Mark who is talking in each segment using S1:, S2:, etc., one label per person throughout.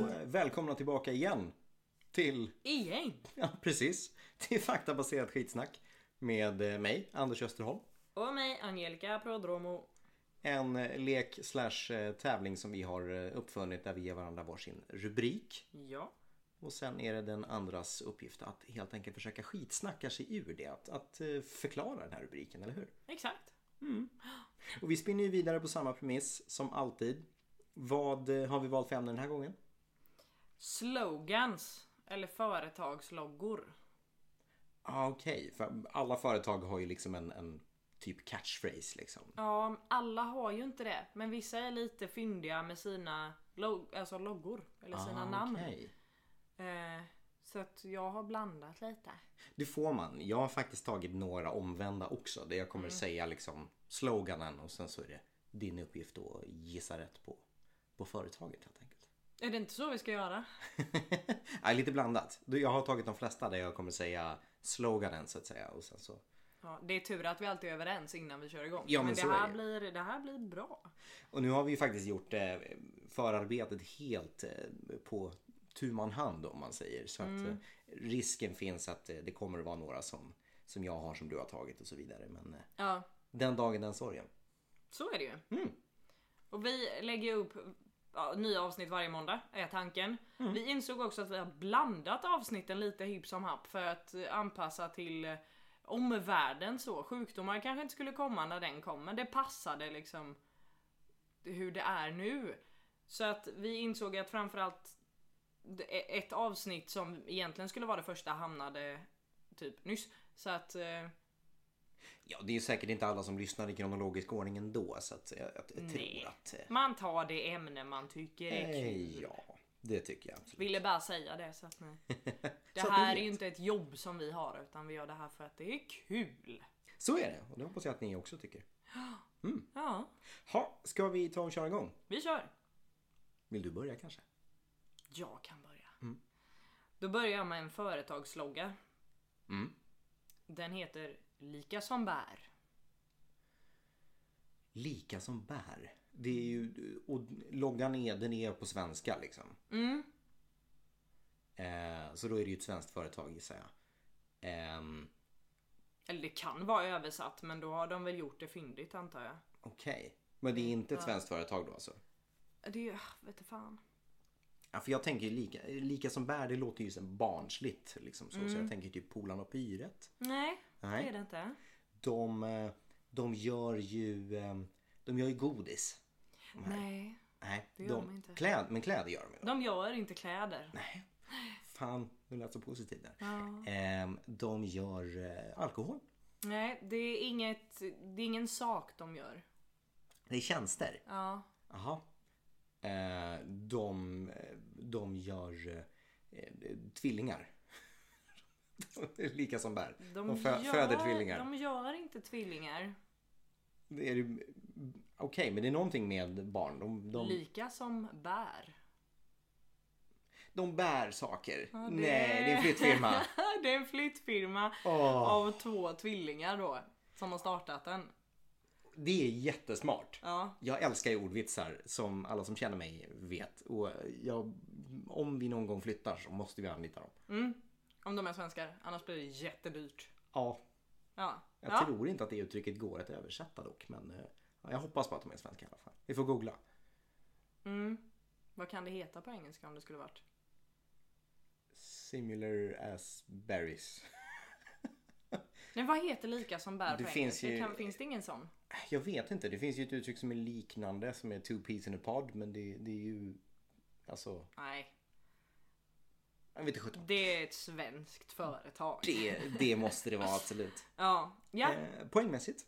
S1: eh, tillbaka igen till,
S2: Igen?
S1: ja precis, till faktabaserat skitsnack med eh, mig, Anders Österholm.
S2: Och mig, Angelica Prodromo.
S1: En eh, lek slash eh, tävling som vi har eh, uppfunnit där vi ger varandra varsin rubrik.
S2: Ja.
S1: Och sen är det den andras uppgift att helt enkelt försöka skitsnacka sig ur det. Att, att eh, förklara den här rubriken, eller hur?
S2: Exakt.
S1: Och vi spinner ju vidare på samma premiss som alltid. Vad eh, har vi valt för ämne den här gången?
S2: Slogans. Eller företagsloggor.
S1: Ah, Okej, för alla företag har ju liksom en, en typ catchphrase liksom.
S2: Ja, alla har ju inte det. Men vissa är lite fyndiga med sina log- alltså loggor. Eller sina
S1: Ah,
S2: namn.
S1: okej.
S2: Eh, så att jag har blandat lite.
S1: Det får man. Jag har faktiskt tagit några omvända också. Där jag kommer
S2: Mm.
S1: säga liksom sloganen och sen så är det din uppgift att gissa rätt på, på företaget helt enkelt.
S2: Är det inte så vi ska göra?
S1: ja, lite blandat. Du, Jag har tagit de flesta där jag kommer säga sloganen så att säga. Och sen så...
S2: Ja, det är tur att vi alltid är överens innan vi kör igång.
S1: Ja, men
S2: det,
S1: så är
S2: här
S1: det.
S2: blir, det här blir bra.
S1: Och nu har vi ju faktiskt gjort eh, förarbetet helt eh, på tu man hand om man säger. Så
S2: Mm.
S1: att eh, risken finns att eh, det kommer att vara några som, som jag har som du har tagit och så vidare. Men eh,
S2: Ja,
S1: den dagen den sorgen.
S2: Så är det ju. Och vi lägger ju upp ja, nya avsnitt varje måndag, är tanken. Vi insåg också att vi har blandat avsnitten lite hipp som happ för att eh, anpassa till eh, omvärlden så. Sjukdomar kanske inte skulle komma när den kom, men det passade liksom hur det är nu. Så att vi insåg att framförallt det- ett avsnitt som egentligen skulle vara det första hamnade typ nyss. Så att eh,
S1: Ja, det är ju säkert inte alla som lyssnar i kronologisk ordning ändå. Så att eh, jag, jag tror
S2: Nej.
S1: att... eh,
S2: man tar det ämne man tycker är kul.
S1: Eh, ja, det tycker jag absolut.
S2: Ville bara säga det så att ni... Det
S1: Så att
S2: här
S1: ni
S2: är ju
S1: vet.
S2: inte ett jobb som vi har utan vi gör det här för att det är kul.
S1: Så är det. Och det hoppas jag att ni också tycker.
S2: Ja,
S1: Ha, ska vi ta och köra igång?
S2: vi kör.
S1: Vill du börja kanske?
S2: Jag kan börja.
S1: Mm.
S2: Då börjar jag med en företagslogga.
S1: Mm.
S2: Den heter Lika som bär.
S1: Lika som bär. Det är ju, och loggan är, den är på svenska liksom.
S2: Mm.
S1: Eh, så då är det ju ett svenskt företag gissar jag. Ehm,
S2: Eller det kan vara översatt men då har de väl gjort det fyndigt antar jag.
S1: Okej, men det är inte ett svenskt företag då alltså?
S2: Det är ah, vet du fan.
S1: Ja, för jag tänker ju lika, lika som bär, det låter ju så barnsligt liksom. Så,
S2: Mm.
S1: så jag tänker typ Polarn och Pyret.
S2: Nej,
S1: Nej.
S2: det är det inte.
S1: De, eh, de gör ju, eh, de gör ju godis.
S2: Nej.
S1: Nej, det
S2: gör de inte.
S1: Kläd, men kläder gör de ju.
S2: De gör inte kläder.
S1: Nej. Fan, nu lät så positivt där. Ehm, de gör eh, alkohol.
S2: Nej, det är, inget, det är ingen sak de gör.
S1: Det är tjänster.
S2: Ja.
S1: Jaha. Eh, de, eh, de gör eh, eh, tvillingar. Lika som bär. De, fö- föder tvillingar.
S2: De gör inte tvillingar.
S1: Det är ju- Okej, men det är någonting med barn. De, de,
S2: Lika som bär.
S1: de bär saker.
S2: det-
S1: Nej, det är en flyttfirma.
S2: det är en flyttfirma
S1: Åh.
S2: av två tvillingar då. Som har startat den.
S1: Det är jättesmart.
S2: Ja.
S1: Jag älskar ju ordvitsar som alla som känner mig vet. Och jag, om vi någon gång flyttar så måste vi anlita dem.
S2: Om de är svenskar. Annars blir det jättedyrt.
S1: Ja,
S2: Ja.
S1: jag
S2: ja.
S1: tror inte att det uttrycket går att översätta dock. Men eh, ja, jag hoppas på att de är svenska i alla fall. Vi får googla.
S2: Vad kan det heta på engelska om det skulle varit?
S1: Similar as berries.
S2: Nej vad heter lika som bär
S1: Det
S2: på
S1: finns
S2: engelska?
S1: ju-
S2: Kan, finns det ingen sån?
S1: Jag vet inte, det finns ju ett uttryck som är liknande som är two peas in a pod. Men det, det är ju... Alltså,
S2: Nej.
S1: jag vet inte sjutton.
S2: Det är ett svenskt företag.
S1: Det, det måste det vara absolut.
S2: Ja. Ja.
S1: Typ. Eh, poängmässigt?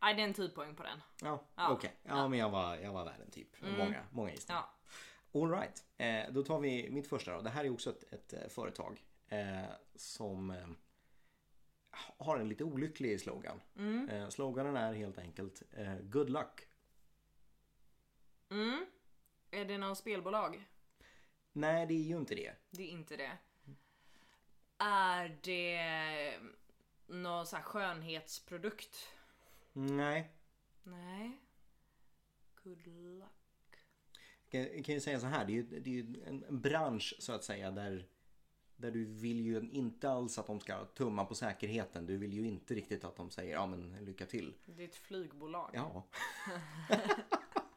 S2: Nej det är en tidpoäng på den.
S1: Ja,
S2: Ja. Mm.
S1: okej. Ja, men jag var, jag var värd en typ. Många, många gissningar.
S2: Ja.
S1: All right. Eh, då tar vi mitt första då. Det här är också ett, ett eh, företag eh, som eh, har en lite olycklig slogan.
S2: Mm.
S1: Eh, sloganen är helt enkelt eh, Good luck.
S2: Mm. Är det någon spelbolag?
S1: Nej, det är ju inte det.
S2: Det är inte det. Är det mm, någon sån här skönhetsprodukt?
S1: Nej.
S2: Nej. Good luck.
S1: Jag Jag kan ju säga så här, det är ju, det är ju en, en bransch så att säga där, där du vill ju inte alls att de ska tumma på säkerheten. Du vill ju inte riktigt att de säger ja men lycka till.
S2: Det är ett flygbolag.
S1: Ja.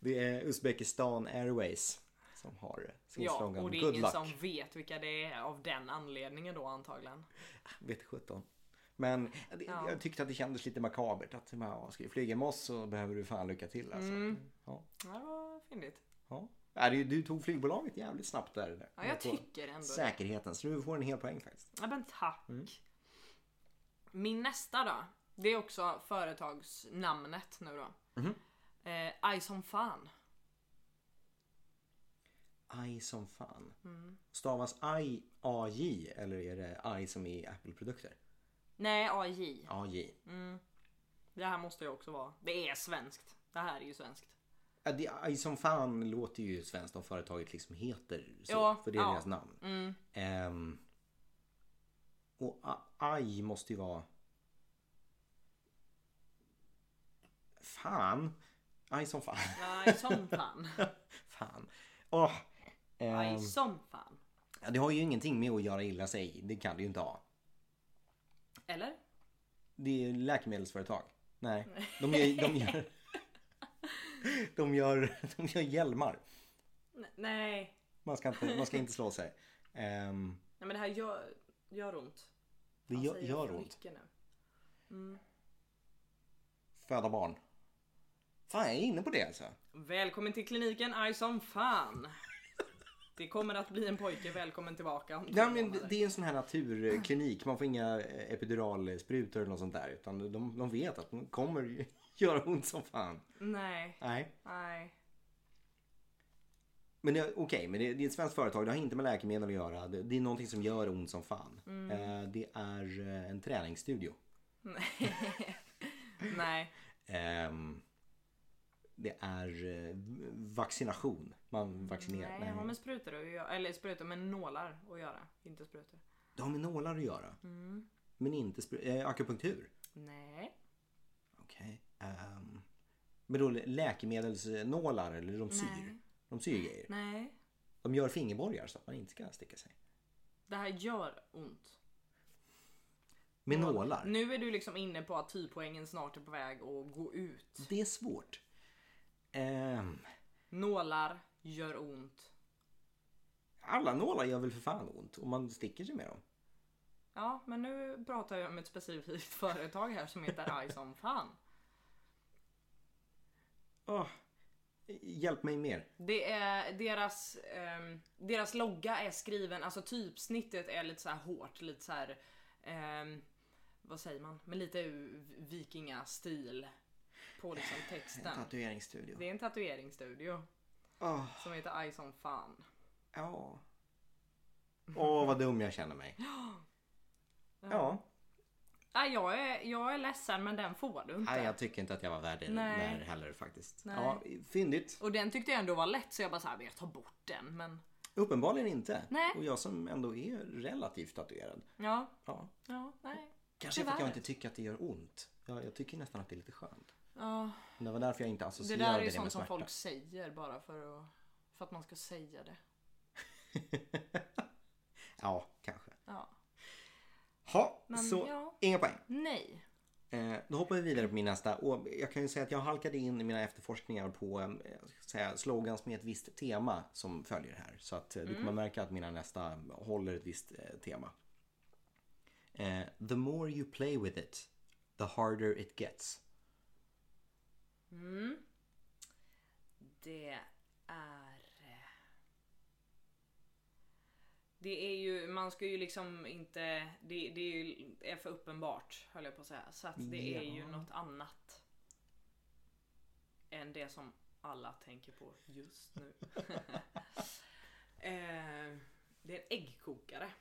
S1: det är Uzbekistan Airways som har sin
S2: Ja,
S1: slogan
S2: och det är
S1: Good
S2: ingen
S1: luck.
S2: som vet vilka det är av den anledningen då antagligen.
S1: Vet sjutton. Men det,
S2: Ja.
S1: jag tyckte att det kändes lite makabert att ja, ska du flyga med oss så behöver du fan lycka till alltså.
S2: Mm.
S1: Ja,
S2: Ja, Det var fyndigt.
S1: ja. Ja, du, du tog flygbolaget jävligt snabbt där.
S2: Ja, jag
S1: På
S2: tycker ändå det.
S1: Säkerheten, så du får en hel poäng faktiskt.
S2: Ja, men tack.
S1: Mm.
S2: Min nästa då. Det är också företagsnamnet nu då.
S1: Mhm.
S2: Eh, Ice som fan.
S1: Aj som fan.
S2: Mm.
S1: Stavas aj AJ eller är det aj som i Apple-produkter?
S2: Nej, AJ.
S1: AJ.
S2: Det här måste jag också vara. Det är svenskt. Det här är ju svenskt.
S1: Ja, det, aj som fan låter ju svenskt om företaget liksom heter så.
S2: Ja,
S1: för det är
S2: ja. Mm.
S1: deras namn. Ehm, och a- aj måste ju vara... Fan! Aj som fan.
S2: Aj som fan.
S1: fan. Åh! Ehm,
S2: Aj som fan.
S1: ja, det har ju ingenting med att göra illa sig. Det kan det ju inte ha.
S2: Eller?
S1: Det är ju läkemedelsföretag. Nej, de gör... De gör, de gör, de gör hjälmar.
S2: N- nej.
S1: Man ska inte, man ska inte slå sig. Ehm,
S2: Nej men det här gör, gör ont.
S1: det
S2: Fan,
S1: gör,
S2: säger
S1: gör
S2: för
S1: ont.
S2: mycket nu.
S1: Föda barn. Fan, jag är inne på det alltså.
S2: Välkommen till kliniken Aj som fan. Det kommer att bli en pojke. Välkommen tillbaka om två
S1: Ja, men
S2: månader.
S1: det är en sån här naturklinik. Man får inga eh, epiduralsprutor eller något sånt där. Utan de, de vet att de kommer ju göra ont som fan.
S2: Nej.
S1: Nej.
S2: Nej.
S1: Men det- okej, men det, det är ett svenskt företag. Det har inte med läkemedel att göra. Det, det är någonting som gör ont som fan. Eh, det är eh, en träningsstudio.
S2: Nej.
S1: Ehm, det är eh, vaccination. Man vaccinerar.
S2: Nej, jag har med sprutor att göra. Eller sprutor med nålar att göra. Inte sprutor.
S1: Det har med nålar att göra. Men inte spru- eh, akupunktur.
S2: Nej.
S1: Okej. ehm, men då lä- läkemedelsnålar eller de syr?
S2: Nej.
S1: De syr grejer.
S2: Nej.
S1: De gör fingerborgar så att man inte ska sticka sig.
S2: Det här gör ont.
S1: Med nålar.
S2: Nu är du liksom inne på att typoängen snart är på väg att gå ut.
S1: Det är svårt. Ehm,
S2: Nålar gör ont.
S1: alla nålar gör väl för fan ont om man sticker sig med dem.
S2: Ja, men nu pratar jag om ett specifikt företag här som heter Aj som fan.
S1: Åh, Hjälp mig mer.
S2: Det är deras, ehm, deras logga är skriven, alltså typsnittet är lite så här hårt, lite så här. ehm, vad säger man? Men lite vikingastil på liksom texten.
S1: Tatueringsstudio.
S2: Det är en tatueringsstudio
S1: Åh,
S2: som heter Aj som fan.
S1: ja. Åh, vad dum jag känner mig. Ja.
S2: Nej, jag, är, jag är ledsen men den får du inte.
S1: Nej, jag tycker inte att jag var värd det
S2: Nej.
S1: där heller faktiskt.
S2: Nej.
S1: Ja, fyndigt.
S2: Och den tyckte jag ändå var lätt så jag bara såhär, jag tar bort den men
S1: Uppenbarligen inte.
S2: Nej.
S1: Och jag som ändå är relativt tatuerad.
S2: ja,
S1: Ja.
S2: ja, nej.
S1: Kanske för
S2: Tyvärr.
S1: att jag inte tycker att det gör ont. Jag, jag tycker nästan att det är lite skönt.
S2: Ja,
S1: Men Det var därför jag inte
S2: det
S1: associerade
S2: där är
S1: det,
S2: ju
S1: med
S2: sånt som
S1: smärta.
S2: folk säger bara för att, för att man ska säga det.
S1: Ja, kanske.
S2: Ja.
S1: Ha,
S2: Men
S1: så
S2: ja.
S1: inga poäng.
S2: Nej.
S1: Eh, då hoppar vi vidare på min nästa. Och jag kan ju säga att jag halkade in i mina efterforskningar på eh, jag ska säga, slogans med ett visst tema som följer här. Så att eh, du kommer märka att mina nästa håller ett visst eh, tema. Eh, the more you play with it, the harder it gets.
S2: Mm. Det är... eh, Det är ju, man ska ju liksom inte, det, det är, ju, är för uppenbart höll jag på att säga. Så att det är ju något annat. Än det som alla tänker på just nu. eh, det är en äggkokare.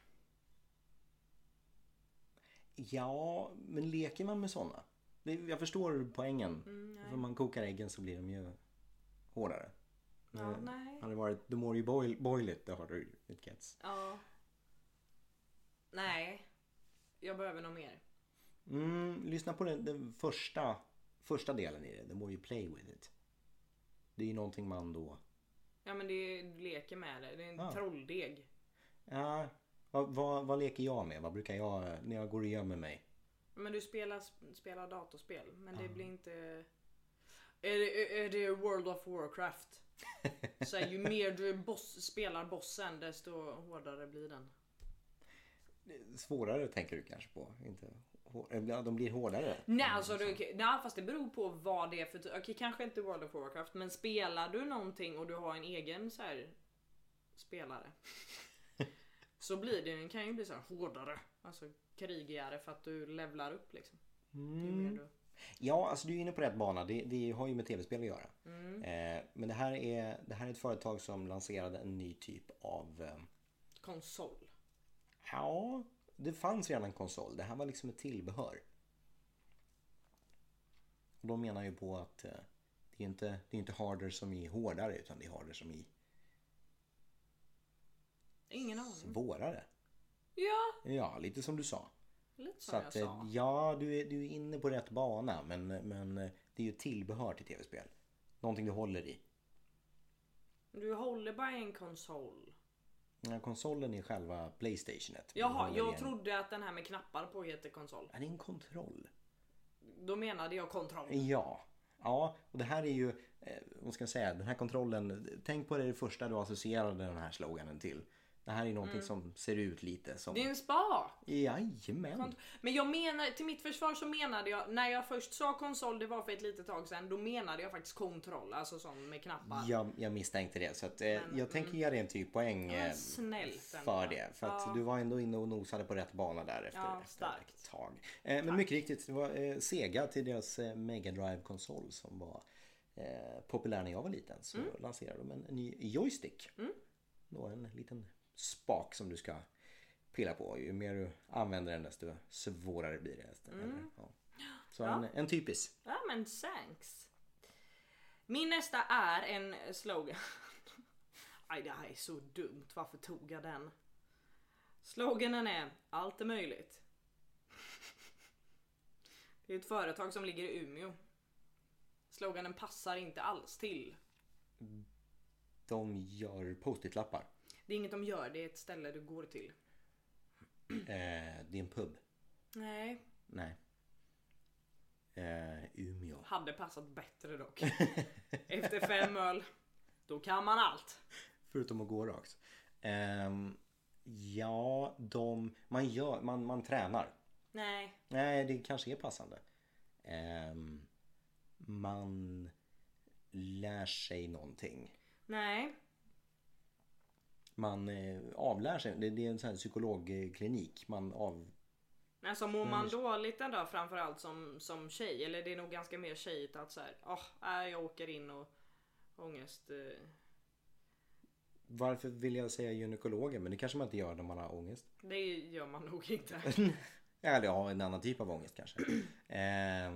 S1: Ja, men leker man med sådana? Det- Jag förstår poängen. För man kokar äggen så blir de ju hårdare. Eh,
S2: Ja, nej.
S1: Hade det varit the more you boil, boil it, the harder it gets.
S2: Ja. Nej. Jag behöver nog mer.
S1: Mm, lyssna på den, den första, första delen i det, the more you play with it. Det- Det är ju någonting man då...
S2: Ja men det är, du leker med det. Det är en
S1: Ja.
S2: trolldeg.
S1: Ja, vad, vad, vad leker jag med? Vad brukar jag... När jag går och gömmer mig?
S2: Men du spelar, sp- spelar datorspel. Men det blir inte... Är det, är det World of Warcraft? Så här, ju mer du boss, spelar bossen desto hårdare blir den.
S1: Svårare tänker du kanske på? Inte... hår- Ja, de blir hårdare.
S2: Nej, alltså, du, nej fast det beror på vad det är för ty- Okej kanske inte World of Warcraft men spelar du någonting och du har en egen så här spelare. så blir det, den kan ju bli så här hårdare. Alltså krigigare för att du levlar upp liksom. Ju mer du...
S1: Ja, alltså du är inne på rätt bana. Det, det har ju med tv-spel att göra. Eh, men det här, är, det här är ett företag som lanserade en ny typ av... Eh,
S2: Konsol.
S1: ja, det fanns redan en konsol. Det här var liksom ett tillbehör. Och de menar ju på att eh, det är inte, det är inte harder som är hårdare utan det är harder som är
S2: Ingen aning.
S1: svårare.
S2: Ja,
S1: Ja, lite som du sa.
S2: lite som
S1: Så att,
S2: jag
S1: eh,
S2: sa.
S1: ja, du är, du är inne på rätt bana men, men eh, det är ju ett tillbehör till tv-spel. Någonting du håller i.
S2: Du håller bara en konsol.
S1: Den här konsolen är själva Playstationet.
S2: Jaha,
S1: Den är
S2: jag
S1: en-
S2: trodde att den här med knappar på heter konsol.
S1: Är det en kontroll?
S2: Då menade jag kontroll.
S1: Ja. Ja, och det här är ju, eh, vad ska jag säga, den här kontrollen. Tänk på det, det första du associerade den här sloganen till. Det här är någonting som ser ut lite som...
S2: Mm. Det är en spak.
S1: Jajamän!
S2: Men jag menar, till mitt försvar så menade jag, när jag först sa konsol, det var för ett litet tag sedan, då menade jag faktiskt kontroll, alltså sån med knappar.
S1: Jag, jag misstänkte det så att, eh, jag tänker ge dig en typ poäng
S2: mm. Men
S1: eh,
S2: snällt ändå.
S1: för det. För att du var ändå inne och nosade på rätt bana där efter, efter
S2: Ja,
S1: ett
S2: starkt.
S1: tag. Eh, men mycket riktigt, det var eh, Sega till deras eh, Mega Drive konsol som var eh, populär när jag var liten. Så
S2: Mm.
S1: lanserade de en ny joystick. Då en liten spak som du ska pilla på. Ju mer du använder den desto svårare blir det. Eller, ja. Så en, en typisk.
S2: Mm. Ja men thanks. Min nästa är en slogan. Aj det här är så dumt, varför tog jag den? Sloganen är allt är möjligt. Det är ett företag som ligger i Umeå. Sloganen passar inte alls till.
S1: De gör post-it-lappar.
S2: Det är inget de gör, det är ett ställe du går till.
S1: Eh, det är en pub.
S2: Nej,
S1: Nej. Eh, Umeå.
S2: hade passat bättre dock. Efter fem öl, då kan man allt.
S1: Förutom att gå rakt. Ehm, ja, de, man, gör, man, man tränar.
S2: Nej,
S1: Nej, det kanske är passande. Ehm, man lär sig någonting.
S2: nej,
S1: Man eh, avlär sig. Det, det är en sån här psykologklinik. Man av...
S2: Alltså mår
S1: Mm.
S2: man dåligt en dag framförallt som, som tjej, eller det är nog ganska mer tjejigt att såhär, åh, äh, jag åker in och ångest. eh."
S1: Varför vill jag säga gynekologen? Men det kanske man inte gör när man har ångest.
S2: Det gör man nog inte.
S1: Eller ja, en annan typ av ångest kanske. Ehm,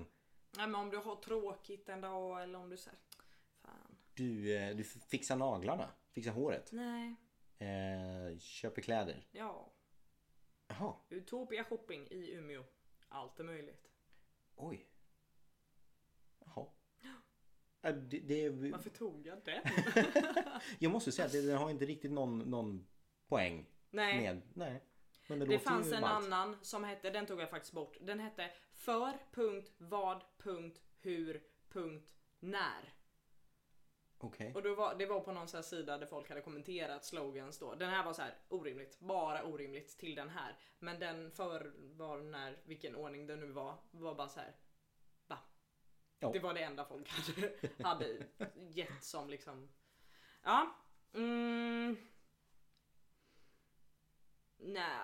S2: Nej men om du har tråkigt en dag eller om du säger fan.
S1: du, eh, du fixar naglarna. Fixar håret.
S2: Nej,
S1: Eh, köper kläder.
S2: ja.
S1: Jaha,
S2: Utopia shopping i Umeå. Allt är möjligt.
S1: Oj. Jaha. Ja, Det, det,
S2: Varför tog jag den?
S1: jag måste säga att det, det har inte riktigt någon, någon poäng
S2: Nej.
S1: med. Nej. Men det,
S2: Det
S1: låter
S2: fanns
S1: ju
S2: en
S1: ballt.
S2: annan som hette, den tog jag faktiskt bort. Den hette för, punkt, vad, punkt, hur, punkt, när.
S1: Okej.
S2: Och då var, det var på någon sån här sida där folk hade kommenterat slogans då. Den här var så här orimligt, bara orimligt till den här. Men den för var när, vilken ordning det nu var, var bara så här. Va?
S1: Ja.
S2: Det var det enda folk hade, hade gett som liksom. Ja. Mm. Nja.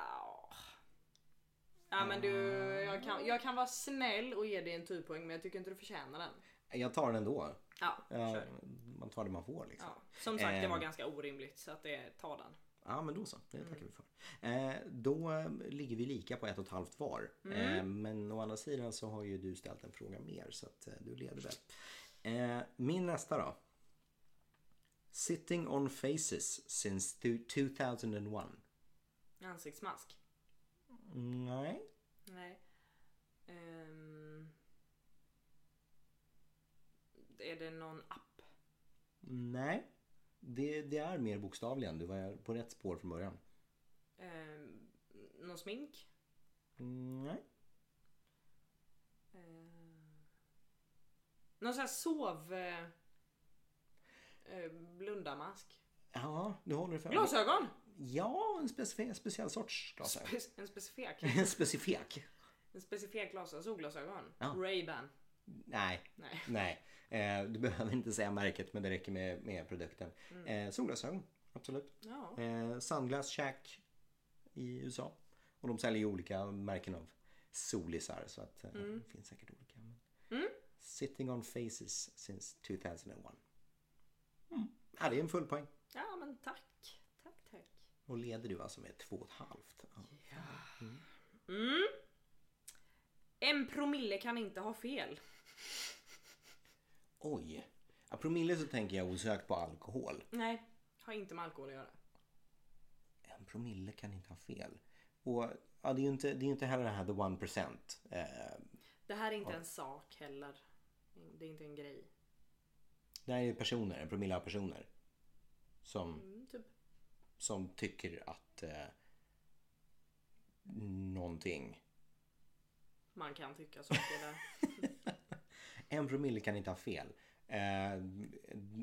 S2: Ja men du, jag kan, jag kan vara snäll och ge dig en typoäng men jag tycker inte du förtjänar den.
S1: Jag tar den ändå.
S2: Ja,
S1: Ja,
S2: kör.
S1: man tar det man får liksom.
S2: Ja, som sagt det var
S1: Ehm.
S2: ganska orimligt så att det tar den.
S1: Ja, men då så. Det tackar vi för. Eh, då eh, ligger vi lika på ett och ett halvt var. Eh, men å andra sidan så har ju du ställt en fråga mer så att eh, du leder väl. Eh, min nästa då. Sitting on faces since two- 2001.
S2: Ansiktsmask.
S1: Nej.
S2: Nej. Ehm. Är det någon app?
S1: Nej, det, det är mer bokstavligen. Du var på rätt spår från början.
S2: Eh, någon smink?
S1: Mm, nej.
S2: Eh, någon sån här sov... Eh, eh, blundarmask?
S1: Ja, du håller dig för
S2: Glasögon!
S1: Ja, en specif- speciell sorts glasögon.
S2: Spe- en specifik.
S1: En specifik?
S2: En specifik glasögon. Solglasögon.
S1: Ja.
S2: Ray-Ban.
S1: Nej,
S2: Nej.
S1: nej. Eh, du behöver inte säga märket men det räcker med, med produkten. Eh, solglasögon, absolut.
S2: Ja.
S1: Eh, Sunglass Shack i USA. Och de säljer ju olika märken av solisar så att eh, det finns säkert olika. Men... Sitting on faces since 2001. Mm. Ja, det är en full poäng.
S2: ja men tack. Tack tack.
S1: Och leder du alltså med två och ett halvt. Ja.
S2: Mm. En promille kan inte ha fel.
S1: Oj! Ja, promille så tänker jag osökt på alkohol.
S2: Nej, har inte med alkohol att göra.
S1: En promille kan inte ha fel. Och ja, det är ju inte, det är ju inte heller det här the one percent. Eh,
S2: Det här är inte en sak heller. Det är inte en grej.
S1: det här är ju personer, en promille av personer. Som,
S2: Mm, typ.
S1: som tycker att eh, någonting.
S2: Man kan tycka saker där.
S1: En promille kan inte ha fel. Eh,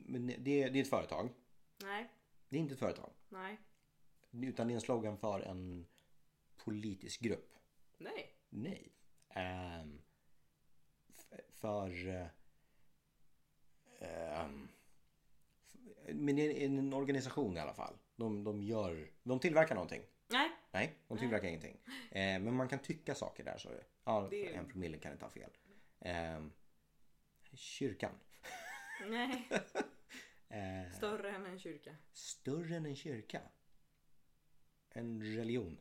S1: men det, det är ett företag.
S2: Nej,
S1: Det är inte ett företag.
S2: nej,
S1: Utan det är en slogan för en politisk grupp.
S2: nej.
S1: Nej. Ehm, f- för... eh, ehm, f- men det är en organisation i alla fall. De, de, gör, de tillverkar någonting.
S2: Nej,
S1: Nej, de tillverkar ingenting. Eh, men man kan tycka saker där. Så, ja,
S2: Det är-
S1: En promille kan inte ha fel. Ehm, kyrkan.
S2: nej.
S1: Eh,
S2: Större än en kyrka.
S1: större än en kyrka. En religion.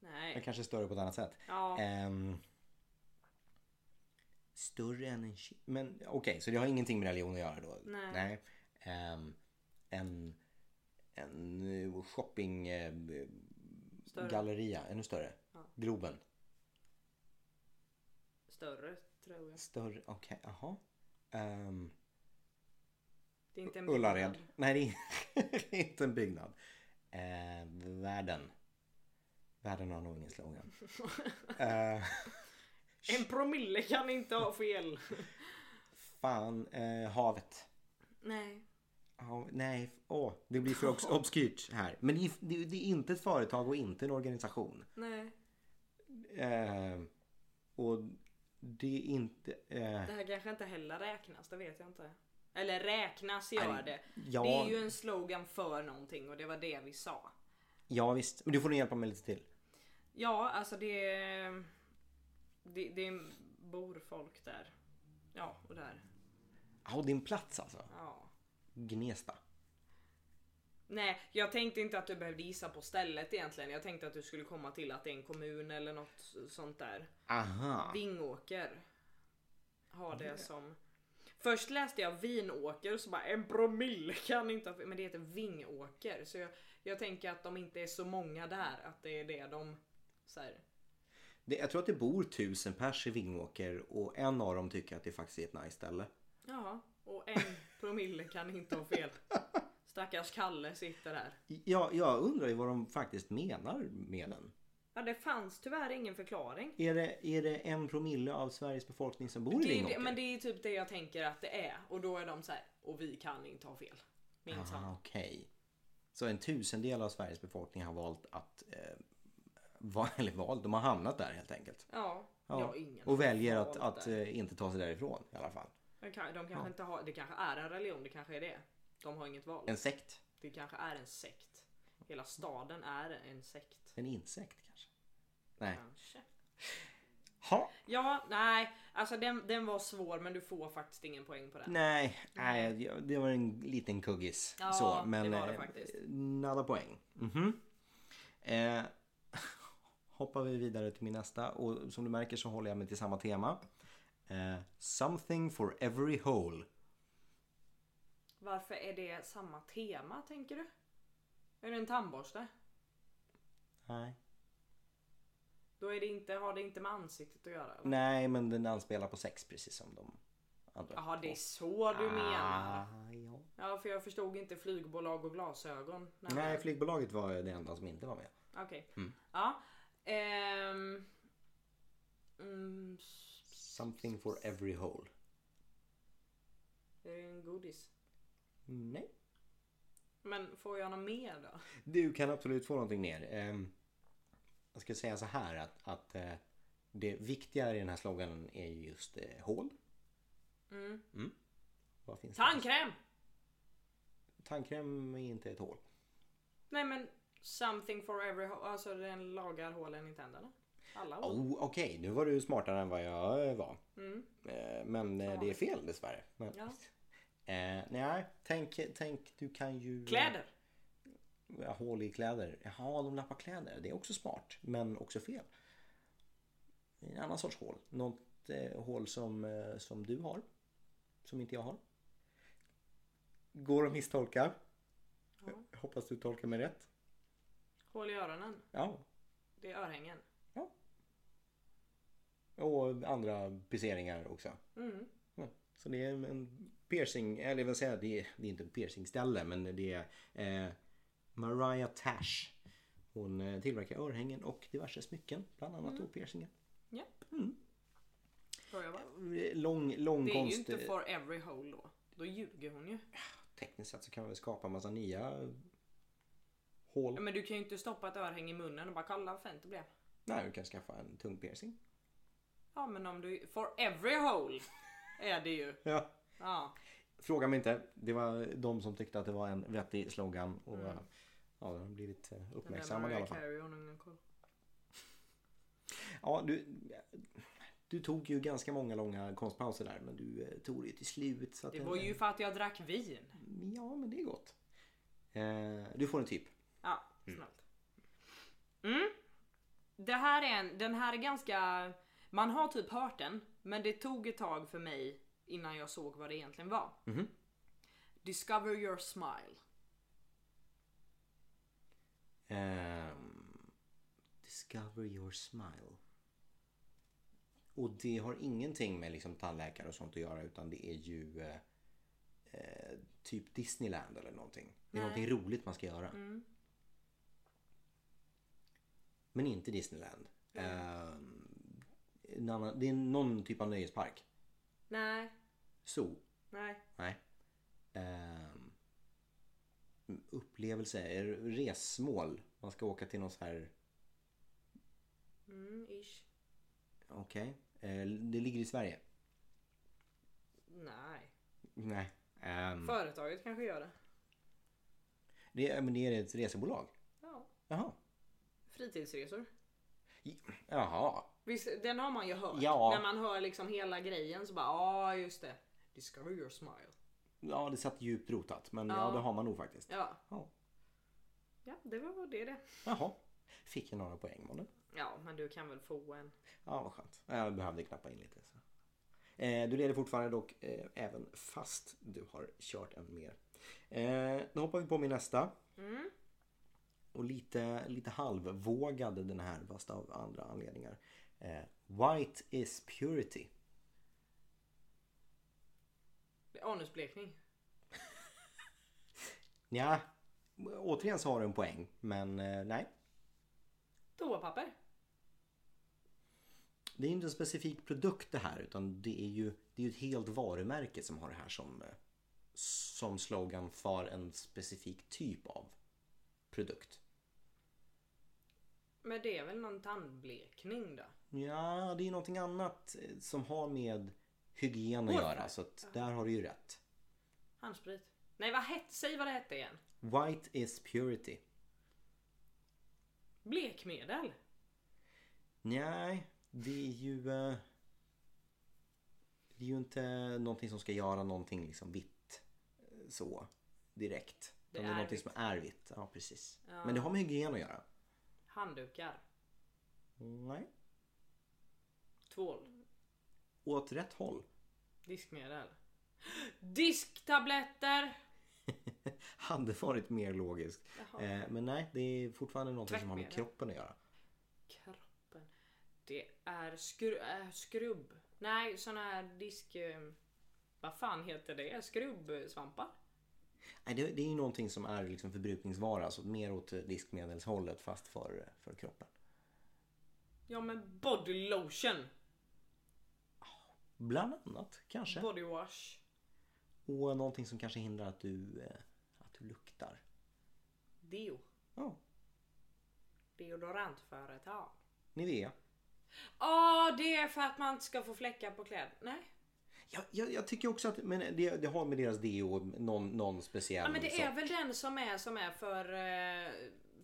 S1: Men
S2: Nej.
S1: kanske större på ett annat sätt.
S2: Ja,
S1: Ehm, större än en ki- Men okej, så det har ingenting med religion att göra då?
S2: Nej.
S1: Ehm, en en eh, shoppinggalleria,
S2: större.
S1: ännu större.
S2: Ja.
S1: Globen.
S2: Större, tror jag.
S1: Större, okej, jaha. Ehm,
S2: Det är inte en
S1: Ullared.
S2: byggnad.
S1: Nej, det är inte en byggnad. Eh, världen. Världen har nog ingen slogan. Eh,
S2: En promille kan inte ha fel.
S1: fan, eh, havet.
S2: Nej.
S1: Ja, nej, åh, det blir för obs- obskyrt här. Men det är, det, är- det är inte ett företag och inte en organisation.
S2: Nej.
S1: Eh, och det är inte... Eh,
S2: Det här kanske inte heller räknas, det vet jag inte. Eller räknas gör
S1: Nej,
S2: det.
S1: ja.
S2: Det är ju en slogan för någonting och det var det vi sa.
S1: ja visst, men du får nog hjälpa mig lite till.
S2: Ja, alltså det... Det, det bor folk där. Ja, och där.
S1: Ja, det är en plats alltså.
S2: Ja.
S1: Gnesta.
S2: Nej, jag tänkte inte att du behövde gissa på stället egentligen. Jag tänkte att du skulle komma till att det är en kommun eller något sånt där.
S1: Aha.
S2: Vingåker. Har det som... Först läste jag Vinåker så bara en promille kan inte ha... Men det heter Vingåker. Så jag, jag tänker att de inte är så många där. Att det är det de... Så här,
S1: Det, jag tror att det bor tusen pers i Vingåker och en av dem tycker att det faktiskt är ett nice ställe.
S2: ja, och en promille kan inte ha fel. Stackars Kalle sitter där.
S1: Ja, jag undrar ju vad de faktiskt menar med den.
S2: Ja, det fanns tyvärr ingen förklaring.
S1: Är det, är det en promille av Sveriges befolkning som bor i
S2: Det är,
S1: Vingåker?
S2: det- men det är typ det jag tänker att det är. Och då är de så här, och vi kan inte ha fel. Minsann.
S1: Ah, Okej. Så en tusendel av Sveriges befolkning har valt att... Eh, va, eller valt, de har hamnat där helt enkelt.
S2: Ja, ja.
S1: Ja.
S2: Jag har ingen
S1: och väljer att,
S2: valt
S1: att
S2: där.
S1: eh, inte ta sig därifrån i alla fall.
S2: De, kan, de kanske inte har, det kanske är en religion, det kanske är det. De har inget val.
S1: En sekt?
S2: Det kanske är en sekt. Hela staden är en sekt.
S1: En insekt kanske? Nej.
S2: Kanske.
S1: Ha.
S2: Ja, nej, alltså den, den var svår men du får faktiskt ingen poäng på den.
S1: Nej, nej, det- det var en liten kuggis.
S2: Ja,
S1: så,
S2: det
S1: men
S2: var det
S1: eh,
S2: faktiskt.
S1: nada poäng. Mhm. Eh, hoppar vi vidare till min nästa och som du märker så håller jag mig till samma tema. Eh, something for every hole.
S2: Varför är det samma tema tänker du? Är det en tandborste?
S1: Nej.
S2: Då är det inte, har det inte med ansiktet att göra? eller?
S1: Nej, men den anspelar på sex precis som de antar jag.
S2: Jaha det är så du menar.
S1: Ah, ja.
S2: Ja för jag förstod inte flygbolag och glasögon. när-
S1: Nej, flygbolaget var det enda som inte var med.
S2: Okej. Ja. Ehm. Mm.
S1: Something for every hole.
S2: Det är en godis.
S1: Nej.
S2: Men får jag något mer då?
S1: Du kan absolut få någonting mer. Ehm, Jag ska säga så här att, att eh, det viktiga i den här sloganen är ju just eh, hål.
S2: Mm.
S1: Vad finns det?
S2: Tandkräm!
S1: Tandkräm är inte ett hål.
S2: Nej men something for every ho- Alltså den lagar hålen i tänderna. Alla hål.
S1: Oh, Okej, nu var du smartare än vad jag eh, var.
S2: Mm.
S1: Eh, Men eh, det är fel dessvärre. Men,
S2: Ja.
S1: eh, nej, tänk, tänk du kan ju...
S2: Kläder!
S1: Ja, Hål i kläder. Jaha, de lappar kläder. Det är också smart, men också fel. Det är En annan sorts hål. Något eh, hål som, eh, som du har. Som inte jag har. Går att misstolka.
S2: Ja.
S1: Jag hoppas du tolkar mig rätt.
S2: Hål i öronen.
S1: Ja.
S2: Det är örhängen.
S1: Och andra piseringar också.
S2: Mm.
S1: Ja. Så det är en piercing, eller jag vill säga det är, det är inte en piercingställe men det är eh, Mariah Tash. Hon eh, tillverkar örhängen och diverse smycken, bland annat då piercingar.
S2: Ja.
S1: Mm.
S2: Får jag vara?
S1: Lång, lång
S2: Det är ju
S1: konst. eh,
S2: inte for every hole då. Då ljuger hon ju.
S1: Tekniskt sett så kan man väl skapa en massa nya hål.
S2: Ja, men du kan ju inte stoppa ett örhänge i munnen och bara kolla vad fint det blev.
S1: Nej, du kan skaffa en tung piercing.
S2: Ja men om du... For every hole! Är det ju.
S1: Ja.
S2: Ja.
S1: Fråga mig inte. Det var de som tyckte att det var en vettig slogan. Och,
S2: Mm.
S1: Ja, de har blivit eh, uppmärksammade i alla fall.
S2: Carey har nog ingen koll.
S1: Ja, du, du tog ju ganska många långa konstpauser där men du eh, tog det ju till slut. Så att
S2: Det var ju för att jag drack vin.
S1: Ja, men det är gott. Eh, du får en typ.
S2: Ja, snällt. Mm. Det här är en, den här är ganska, man har typ hört den, men det tog ett tag för mig innan jag såg vad det egentligen var.
S1: Mhm.
S2: Discover your smile.
S1: Ehm, discover your smile. Och det har ingenting med liksom tandläkare och sånt att göra utan det är ju eh, eh, typ Disneyland eller någonting. Det är någonting roligt man ska göra.
S2: Mm.
S1: Men inte Disneyland. Ehm, en annan, det är någon typ av nöjespark.
S2: Nej,
S1: Zoo?
S2: nej.
S1: Nej. Ehm, upplevelse? Är det Resmål? Man ska åka till någon så här
S2: Mm, ish.
S1: Okej. Eh, det ligger i Sverige?
S2: Nej.
S1: Nej. Ehm,
S2: Företaget kanske gör det.
S1: det, är- men det är ett resebolag?
S2: Ja.
S1: Jaha.
S2: Fritidsresor.
S1: J- Jaha.
S2: Visst, den har man ju hört.
S1: Ja.
S2: När man hör liksom hela grejen så bara, ja ah, just det. Discover your smile.
S1: Ja, det satt djupt rotat. Men ja,
S2: Ja.
S1: det har man nog faktiskt.
S2: Ja.
S1: Ja.
S2: Ja, det var det det.
S1: Jaha. Fick jag några poäng månne?
S2: Ja, men du kan väl få en.
S1: Ja, vad skönt. Jag behövde knappa in lite. Så. Eh, du leder fortfarande dock eh, även fast du har kört en mer. Eh, då hoppar vi på min nästa.
S2: Mm.
S1: Och lite, lite halvvågad den här fast av andra anledningar. Eh, white is purity.
S2: Anusblekning.
S1: Ja, återigen så har du en poäng. Men eh, nej,
S2: Toapapper.
S1: det är inte en specifik produkt det här utan det är ju, det är ju ett helt varumärke som har det här som, eh, som slogan för en specifik typ av produkt.
S2: Men det är väl någon tandblekning då?
S1: Ja, det är ju någonting annat eh, som har med hygien att göra så att där har du ju rätt.
S2: Handsprit. Nej vad hette, säg vad det hette igen.
S1: White is purity.
S2: Blekmedel.
S1: Nej, det är ju... eh, Det är ju inte någonting som ska göra någonting liksom vitt eh, så direkt.
S2: Det
S1: Det, det är
S2: är
S1: någonting
S2: vitt.
S1: som är vitt. Ja, precis.
S2: Ja.
S1: Men det har med hygien att göra.
S2: Handdukar.
S1: Nej.
S2: Tvål.
S1: Åt rätt håll.
S2: Diskmedel. Disktabletter.
S1: Hade varit mer logiskt. Eh, men nej, det är fortfarande någonting som har med
S2: Tvättmedel.
S1: kroppen att göra.
S2: Kroppen. Det är skru- äh, skrubb. Nej sån här disk... eh, Vad fan heter det? Skrubbsvampar?
S1: Nej, det, det är ju någonting som är liksom förbrukningsvara, så mer åt eh, diskmedelshållet fast för, för kroppen.
S2: Ja men body lotion,
S1: Bland annat kanske.
S2: body wash.
S1: Och någonting som kanske hindrar att du, eh, att du luktar.
S2: Deo.
S1: Ja,
S2: Deodorantföretag.
S1: Nivea.
S2: Ja, det är för att man inte ska få fläckar på kläder. Nej.
S1: Jag, jag, jag tycker också att men det, det har med deras deo någon, någon speciell
S2: Ja, men det är
S1: sak.
S2: väl den som är som är för eh,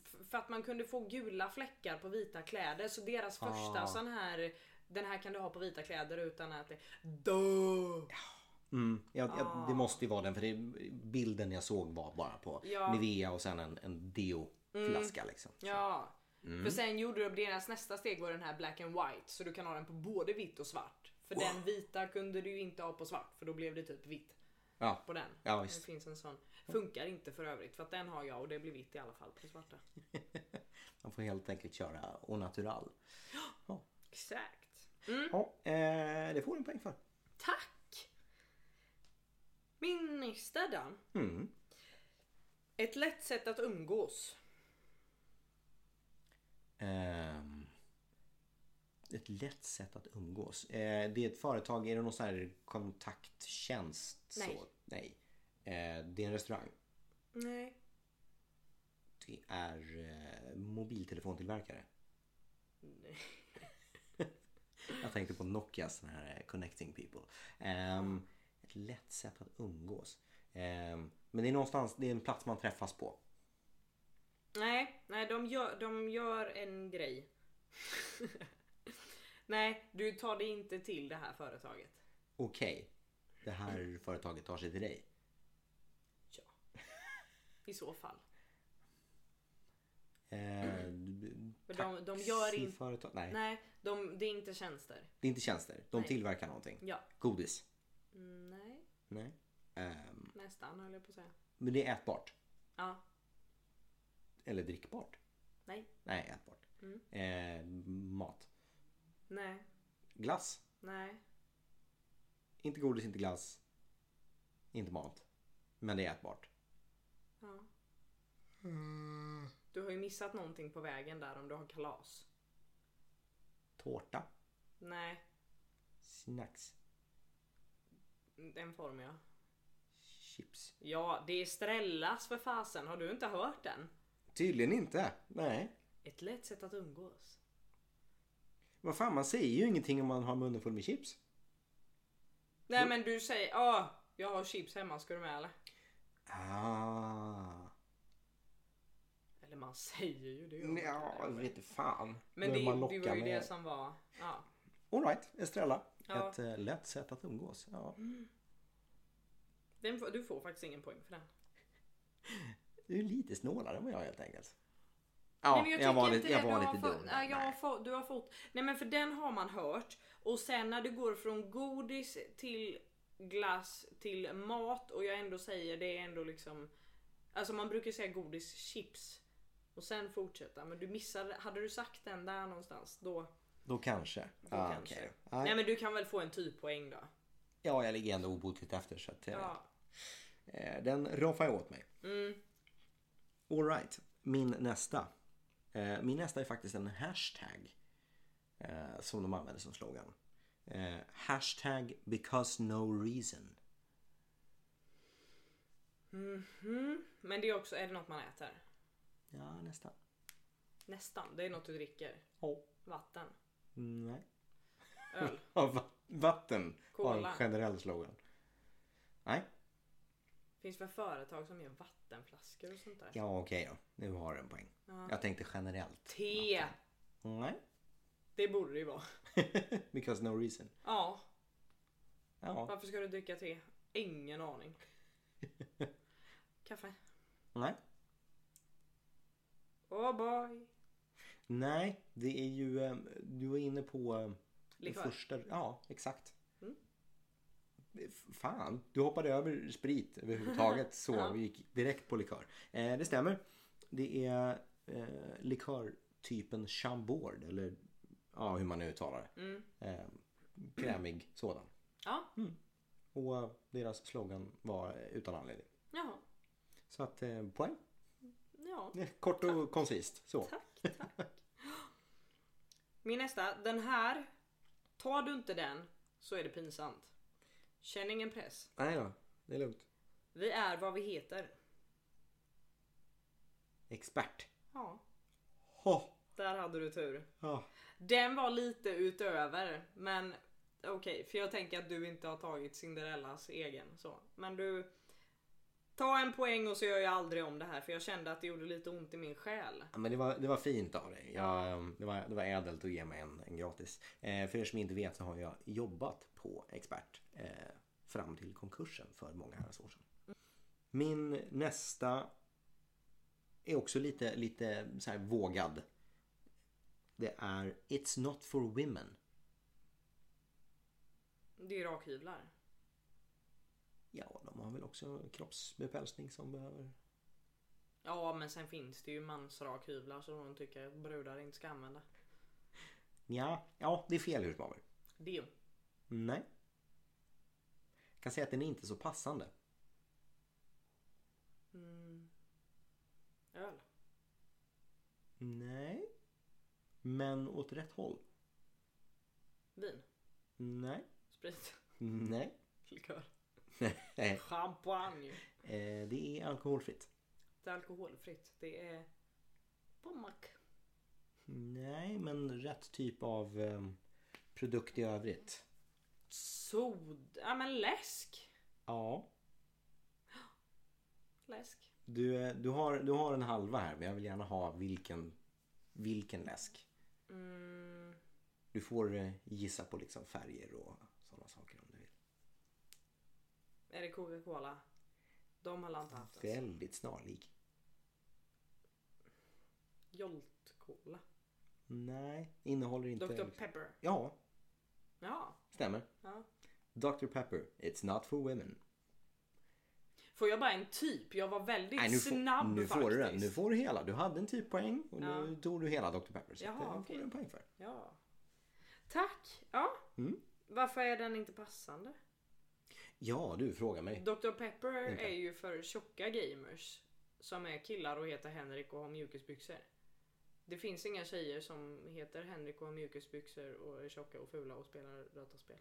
S2: f- för att man kunde få gula fläckar på vita kläder så deras första
S1: Ah.
S2: sån här den här kan du ha på vita kläder utan att det... Duh!
S1: Mm, jag,
S2: Ah.
S1: jag, det måste ju vara den för det, bilden jag såg var bara på
S2: Ja. Mm.
S1: Nivea och sen en, en deoflaska liksom.
S2: Ja. För sen gjorde de deras nästa steg var den här black and white så du kan ha den på både vitt och svart. För den vita kunde du ju inte ha på svart för då blev det typ vitt
S1: Ja.
S2: på den.
S1: Ja,
S2: det
S1: visst.
S2: finns en sån. Funkar inte för övrigt för att den har jag och det blir vitt i alla fall på svarta.
S1: Man får helt enkelt köra au natural.
S2: Exakt.
S1: Ja, eh, det får du en poäng för.
S2: Tack! Min nästa Dan.
S1: Mm.
S2: Ett lätt sätt att umgås.
S1: Ehm, ett lätt sätt att umgås. Eh, det är ett företag, är det någon sån här kontakttjänst?
S2: Nej.
S1: Så? Nej. Eh, det är en restaurang.
S2: Nej.
S1: Det är eh, mobiltelefontillverkare. Jag tänkte på Nokias sån här eh, Connecting People. Ehm, ett lätt sätt att umgås. Ehm, men det är någonstans, det är en plats man träffas på.
S2: Nej, nej de, gör, de gör en grej. nej, du tar dig inte till det här företaget.
S1: Okej, det här företaget tar sig till dig.
S2: Ja. I så fall.
S1: Eh,
S2: Mm. För de, de gör inte...
S1: taxiföretag- Nej,
S2: Nej, de, det är inte tjänster.
S1: det är inte tjänster. De
S2: Nej.
S1: tillverkar någonting.
S2: Ja.
S1: Godis.
S2: Mm, Nej,
S1: Nej. Ehm,
S2: nästan höll jag på att säga.
S1: men det är ätbart.
S2: Ja,
S1: Eller drickbart.
S2: nej,
S1: Nej, ätbart.
S2: Mm.
S1: Eh, mat.
S2: nej,
S1: Glass.
S2: nej.
S1: Inte godis, inte glass. Inte mat. Men det är ätbart.
S2: Ja. Du har ju missat någonting på vägen där om du har kalas.
S1: Tårta.
S2: Nej,
S1: Snacks.
S2: den formen ja.
S1: Chips.
S2: Ja, det är Strellas för fasen. Har du inte hört den?
S1: Tydligen inte. Nej.
S2: Ett lätt sätt att umgås.
S1: Vad fan, man säger ju ingenting om man har munnen full med chips.
S2: Nej men du säger, ja, jag har chips hemma, ska du med eller?
S1: Ah.
S2: Eller man säger ju det. gör man inte.
S1: Ja, vete fan.
S2: men det,
S1: Vem man
S2: det var ju
S1: lockar
S2: det
S1: med.
S2: som var, ja.
S1: All right, Estrella.
S2: Ja.
S1: Ett eh, lätt sätt att umgås. Ja.
S2: Den, får- du får faktiskt ingen poäng för den.
S1: Du är lite snålare än vad jag helt enkelt. Ja,
S2: Nej, men
S1: jag,
S2: jag, tycker
S1: var
S2: inte
S1: lite,
S2: det.
S1: jag var
S2: du
S1: lite
S2: har
S1: dum.
S2: fått,
S1: där.
S2: ja, jag har fått, du har fått, nej men för den har man hört. Och sen när det går från godis till glass till mat och jag ändå säger det är ändå liksom, alltså man brukar säga godis, chips och sen fortsätta. Men du missade, hade du sagt den där någonstans då,
S1: Då kanske.
S2: då
S1: ah,
S2: kanske.
S1: okej.
S2: Nej.
S1: Nej.
S2: men du kan väl få en typ poäng då.
S1: Ja, jag ligger ändå obotligt efter så att, eh,
S2: Ja.
S1: eh, den roffar jag åt mig.
S2: Mm.
S1: All right, min nästa. Eh, min nästa är faktiskt en hashtag eh, som de använder som slogan. Eh, hashtag because no reason.
S2: Mhm. Men det är också, är det något man äter?
S1: Ja, nästan.
S2: Nästan, det är något du dricker.
S1: Ja.
S2: Vatten,
S1: Mm, Nej.
S2: öl,
S1: Ja, va- vatten har
S2: Cola.
S1: en generell slogan. Nej,
S2: finns väl företag som gör vattenflaskor och sånt där?
S1: ja okej då. Nu har du en poäng. Jag tänkte generellt.
S2: Te!
S1: Nej,
S2: Det borde det ju vara.
S1: because no reason.
S2: Ja,
S1: Ja,
S2: varför ska du dricka te? Ingen aning. Kaffe.
S1: nej.
S2: Oh boy.
S1: Nej, det är ju, eh, du var inne på eh, det
S2: Likör.
S1: första. Ja, exakt. F- Fan, du hoppade över sprit överhuvudtaget så
S2: Ja.
S1: vi gick direkt på likör. Eh, det stämmer. Det är eh, likörtypen Chambord eller ja, hur man nu uttalar det.
S2: Mm.
S1: Eh, krämig sådan.
S2: Ja.
S1: Och deras slogan var eh, utan anledning.
S2: Jaha.
S1: Så att eh, poäng.
S2: Ja.
S1: Eh, Kort och koncist. Så.
S2: Tack, tack. Min nästa. Den här. Tar du inte den så är det pinsamt. Känn ingen press.
S1: Nej då, det är lugnt.
S2: Vi är vad vi heter.
S1: Expert.
S2: Ja.
S1: Ha.
S2: Där hade du tur.
S1: Ja.
S2: Den var lite utöver men okej för jag tänker att du inte har tagit Cinderellas egen så. Men du Ta en poäng och så gör jag aldrig om det här för jag kände att det gjorde lite ont i min själ.
S1: Ja, men det var, det var fint av dig. Jag, eh, det, var, det var ädelt att ge mig en, en gratis. Eh, för er som inte vet så har jag jobbat på Expert eh, fram till konkursen för många herrans år sedan. Min nästa är också lite, lite så här vågad. Det är It's not for women.
S2: Det är rakhyvlar.
S1: Ja, de har väl också kroppsbepälsning som behöver...
S2: Ja men sen finns det ju mansrakhyvlar som de tycker att brudar inte ska använda.
S1: Ja, ja det är fel hudmaver.
S2: Det. är-
S1: Nej. Jag kan säga att den är inte så passande.
S2: Mm. Öl.
S1: Nej. Men åt rätt håll.
S2: Vin.
S1: Nej.
S2: Sprit.
S1: Nej.
S2: Likör.
S1: Nej.
S2: Champagne.
S1: Eh, det är alkoholfritt.
S2: Det är alkoholfritt. Det är... Pommac.
S1: Nej, men rätt typ av eh, produkt i övrigt.
S2: Soda. Ja men läsk.
S1: Ja.
S2: Läsk.
S1: Du, eh, du, har, du har en halva här, men jag vill gärna ha vilken, vilken läsk.
S2: Mm,
S1: Du får eh, gissa på liksom färger och sådana saker om du vill.
S2: är det Coca-Cola? De har inte haft ens.
S1: Väldigt snarlik.
S2: Jolt-Cola.
S1: Nej, innehåller inte...
S2: Dr. Pepper.
S1: Ja,
S2: Ja.
S1: stämmer.
S2: ja.
S1: Dr. Pepper, it's not for women.
S2: Får jag bara en typ? Jag var väldigt
S1: Nej, nu, får-
S2: snabb
S1: nu
S2: faktiskt.
S1: får du den. Nu får du hela. Du hade en typ poäng och nu
S2: Ja.
S1: tog du hela Dr. Pepper. Så
S2: Jaha,
S1: det får
S2: okej.
S1: du en poäng för.
S2: Ja. Tack. Ja.
S1: Mm.
S2: Varför är den inte passande?
S1: Ja, du frågar mig.
S2: Dr. Pepper
S1: Inte.
S2: är ju för tjocka gamers. Som är killar och heter Henrik och har mjukisbyxor. Det finns inga tjejer som heter Henrik och har mjukisbyxor och är tjocka och fula och spelar dataspel.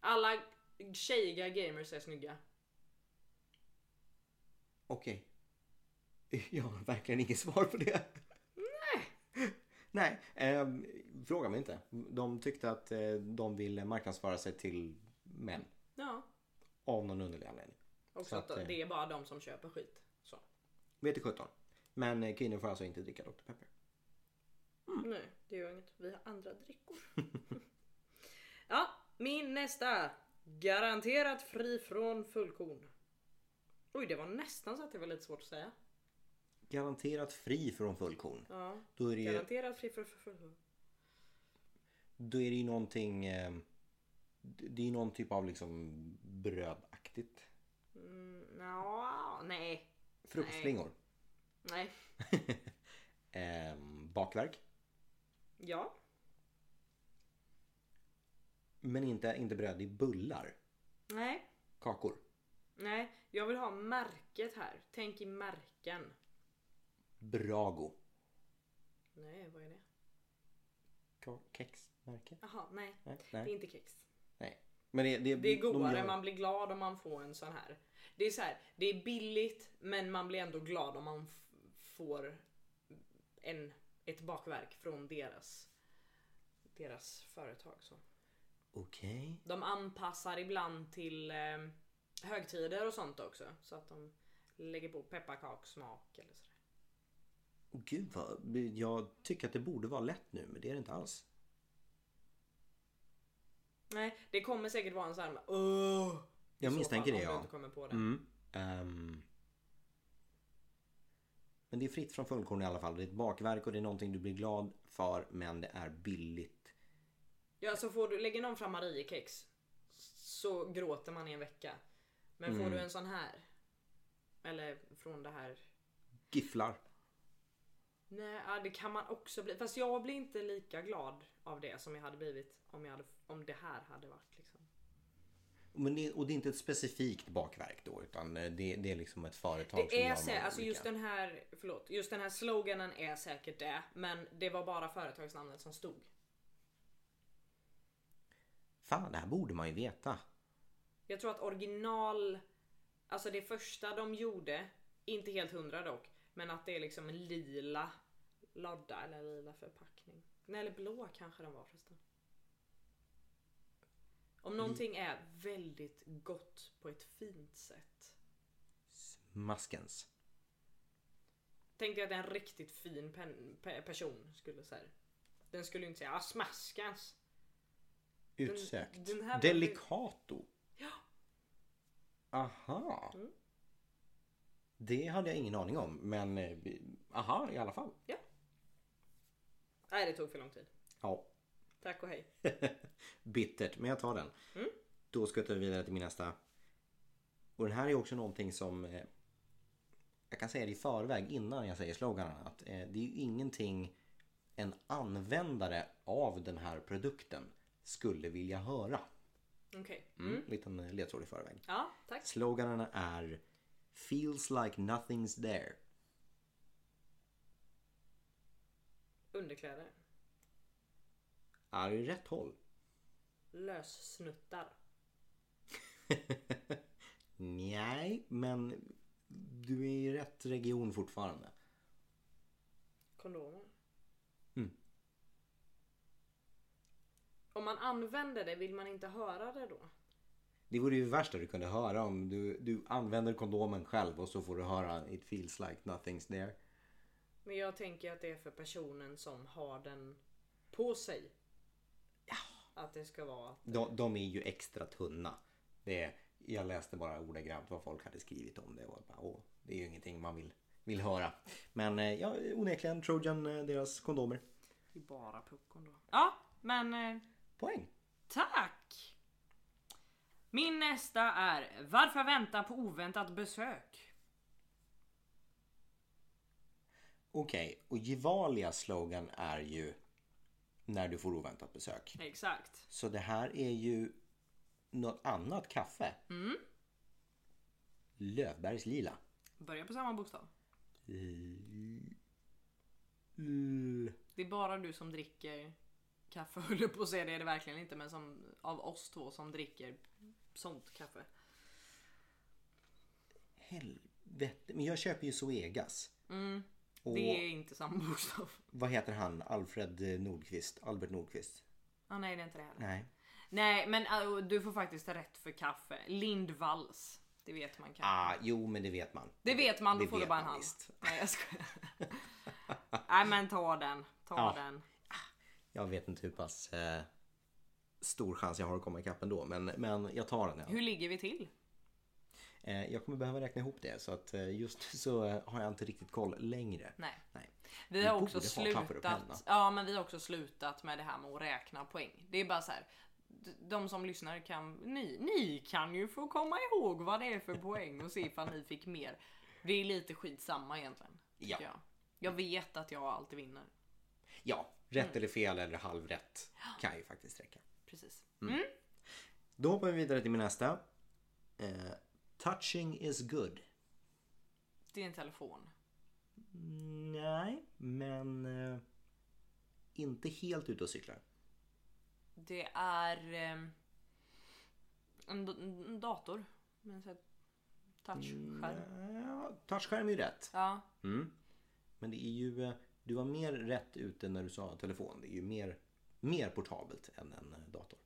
S2: Alla tjejiga gamers är snygga.
S1: Okej. Jag har verkligen inget svar på det. Nej. Nej, ehm, fråga mig inte. De tyckte att eh, de ville marknadsföra sig till män.
S2: Ja.
S1: Av någon underlig anledning.
S2: Och
S1: Så
S2: så att
S1: att, eh,
S2: det är bara de som köper skit. Så.
S1: Vet du 17. Men eh, kvinnor får alltså inte dricka Dr. Pepper.
S2: Nej, det gör inget. Vi har andra drickor. ja, min nästa. Garanterat fri från fullkorn. Oj, det var nästan så att det var lite svårt att säga.
S1: Garanterat fri från fullkorn.
S2: Ja.
S1: Då är det ju,
S2: Garanterat fri från fullkorn.
S1: då är det ju någonting... Eh, det det är ju någon typ av liksom brödaktigt.
S2: Mm, nja, nej.
S1: Fruktslingor.
S2: Nej.
S1: Ehm, bakverk.
S2: Ja.
S1: Men inte, inte bröd, det är bullar.
S2: Nej.
S1: Kakor.
S2: Nej. Jag vill ha märket här. Tänk i märken.
S1: Brago.
S2: Nej, vad är det?
S1: Ka- Kexmärke?
S2: Jaha, nej.
S1: Nej.
S2: Det är
S1: nej.
S2: inte kex.
S1: nej. Men det, det,
S2: Det är godare,
S1: de gör-
S2: man blir glad om man får en sån här. Det är så här, det är billigt men man blir ändå glad om man f- får en, ett bakverk från deras, deras företag. Så.
S1: Okej.
S2: De anpassar ibland till eh, högtider och sånt också så att de lägger på pepparkakssmak eller sådär.
S1: Åh, Gud vad... Jag tycker att det borde vara lätt nu men det är det inte alls.
S2: Nej, det kommer säkert vara en sån här Åh! i
S1: Jag
S2: så
S1: misstänker
S2: fall,
S1: det,
S2: om du
S1: ja.
S2: inte kommer på det.
S1: Mm. Ehm. men det är fritt från fullkorn i alla fall. Det är ett bakverk och det är någonting du blir glad för men det är billigt.
S2: Ja, så får du, lägger någon fram Mariekex så gråter man i en vecka. Men får
S1: Mm.
S2: du en sån här. Eller från det här.
S1: Gifflar.
S2: Nej, ja, det kan man också bli. Fast jag blir inte lika glad av det som jag hade blivit om, jag hade, om det här hade varit. Liksom.
S1: Men det, och det är inte ett specifikt bakverk då utan eh, det, det är liksom ett företag
S2: Det är
S1: gör många
S2: sä- alltså just
S1: olika.
S2: den här, förlåt, just den här sloganen är säkert det. Men det var bara företagsnamnet som stod.
S1: Fan, det här borde man ju veta.
S2: Jag tror att original, alltså det första de gjorde, inte helt hundra dock, men att det är liksom en lila lodda eller lila förpackning. Nej, eller blå kanske den var förresten. Om någonting är väldigt gott på ett fint sätt.
S1: Maskens.
S2: Tänkte jag att en riktigt fin pen, pe, person skulle säga. Den skulle ju inte säga ah, smaskas.
S1: Utsökt.
S2: den här var-
S1: Delicato.
S2: Ja.
S1: Aha.
S2: Mm.
S1: Det hade jag ingen aning om men eh, aha i alla fall.
S2: Nej, det tog för lång tid.
S1: Ja.
S2: Tack och hej.
S1: Bittert, men jag tar den.
S2: Mm.
S1: Då skuttar vi vidare till min nästa. Och den här är också någonting som eh, jag kan säga det i förväg innan jag säger sloganen. Att eh, det är ju ingenting en användare av den här produkten skulle vilja höra.
S2: Okej.
S1: Mm. Liten eh, ledtråd i förväg.
S2: Ja, tack.
S1: Sloganerna är Feels like nothing's there.
S2: Underkläder.
S1: Är i rätt håll.
S2: Lössnuttar.
S1: Nej, men du är i rätt region fortfarande.
S2: Kondomer.
S1: Mm.
S2: Om man använder det, vill man inte höra det då?
S1: Det vore ju värsta du kunde höra om du, du använder kondomen själv och så får du höra It feels like nothing's there.
S2: Men jag tänker att det är för personen som har den på sig. Att det ska vara...
S1: De, de är ju extra tunna. Det är, jag läste bara ordagrant vad folk hade skrivit om det och bara, åh, det är ju ingenting man vill, vill höra. Men eh, ja, onekligen Trojan, eh, deras kondomer.
S2: Det är bara puckon då. Ja, men eh,
S1: Poäng!
S2: tack! Min nästa är Varför vänta på oväntat besök?
S1: Okej, och Gevalias slogan är ju När du får oväntat besök.
S2: Exakt.
S1: Så det här är ju något annat kaffe. Lövbergs lila.
S2: Börja på samma bokstav.
S1: L-
S2: Det är bara du som dricker kaffe höll jag på att säga, det är det verkligen inte men som av oss två som dricker sånt kaffe.
S1: Helvete. Men jag köper ju Zoegas. Och
S2: Mm. Det är inte samma bokstav.
S1: vad heter han? Alfred Nordqvist? Albert Nordqvist?
S2: Ah, nej det är inte det heller.
S1: Nej.
S2: Nej men äh, du får faktiskt rätt för kaffe. Lindvalls. Det vet man kanske.
S1: Ah, jo men det vet man.
S2: det vet man, då
S1: det
S2: får du
S1: vet
S2: bara en
S1: man
S2: halv.
S1: visst.
S2: Nej jag skojar. nej men ta den. Ta
S1: Ja.
S2: den.
S1: Jag vet inte hur pass eh, stor chans jag har att komma ikapp ändå. Men, men jag tar den. Ja.
S2: Hur ligger vi till?
S1: Eh, jag kommer behöva räkna ihop det. Så att eh, just nu så eh, har jag inte riktigt koll längre.
S2: Nej.
S1: Nej.
S2: Vi
S1: Vi
S2: har
S1: borde
S2: också
S1: ha papper och penna.
S2: slutat. Ja, men vi har också slutat med det här med att räkna poäng. Det är bara så här. d- De som lyssnar kan ni, ni kan ju få komma ihåg vad det är för poäng och se ifall ni fick mer. Det är lite skitsamma egentligen. tycker
S1: Ja.
S2: Jag. jag vet att jag alltid vinner.
S1: Ja, rätt
S2: Mm.
S1: eller fel eller halvrätt kan ju faktiskt räcka.
S2: Precis.
S1: Då hoppar vi vidare till min nästa. Eh, touching is good.
S2: Det är en telefon.
S1: Nej, men eh, inte helt ute och cyklar.
S2: Det är eh, en, d- en dator. Med en sån här touchskärm.
S1: Mm. Ja, touchskärm är ju rätt.
S2: Ja,
S1: Mm. Men det är ju, eh, du var mer rätt ute när du sa telefon. Det är ju mer, mer portabelt än en eh, dator.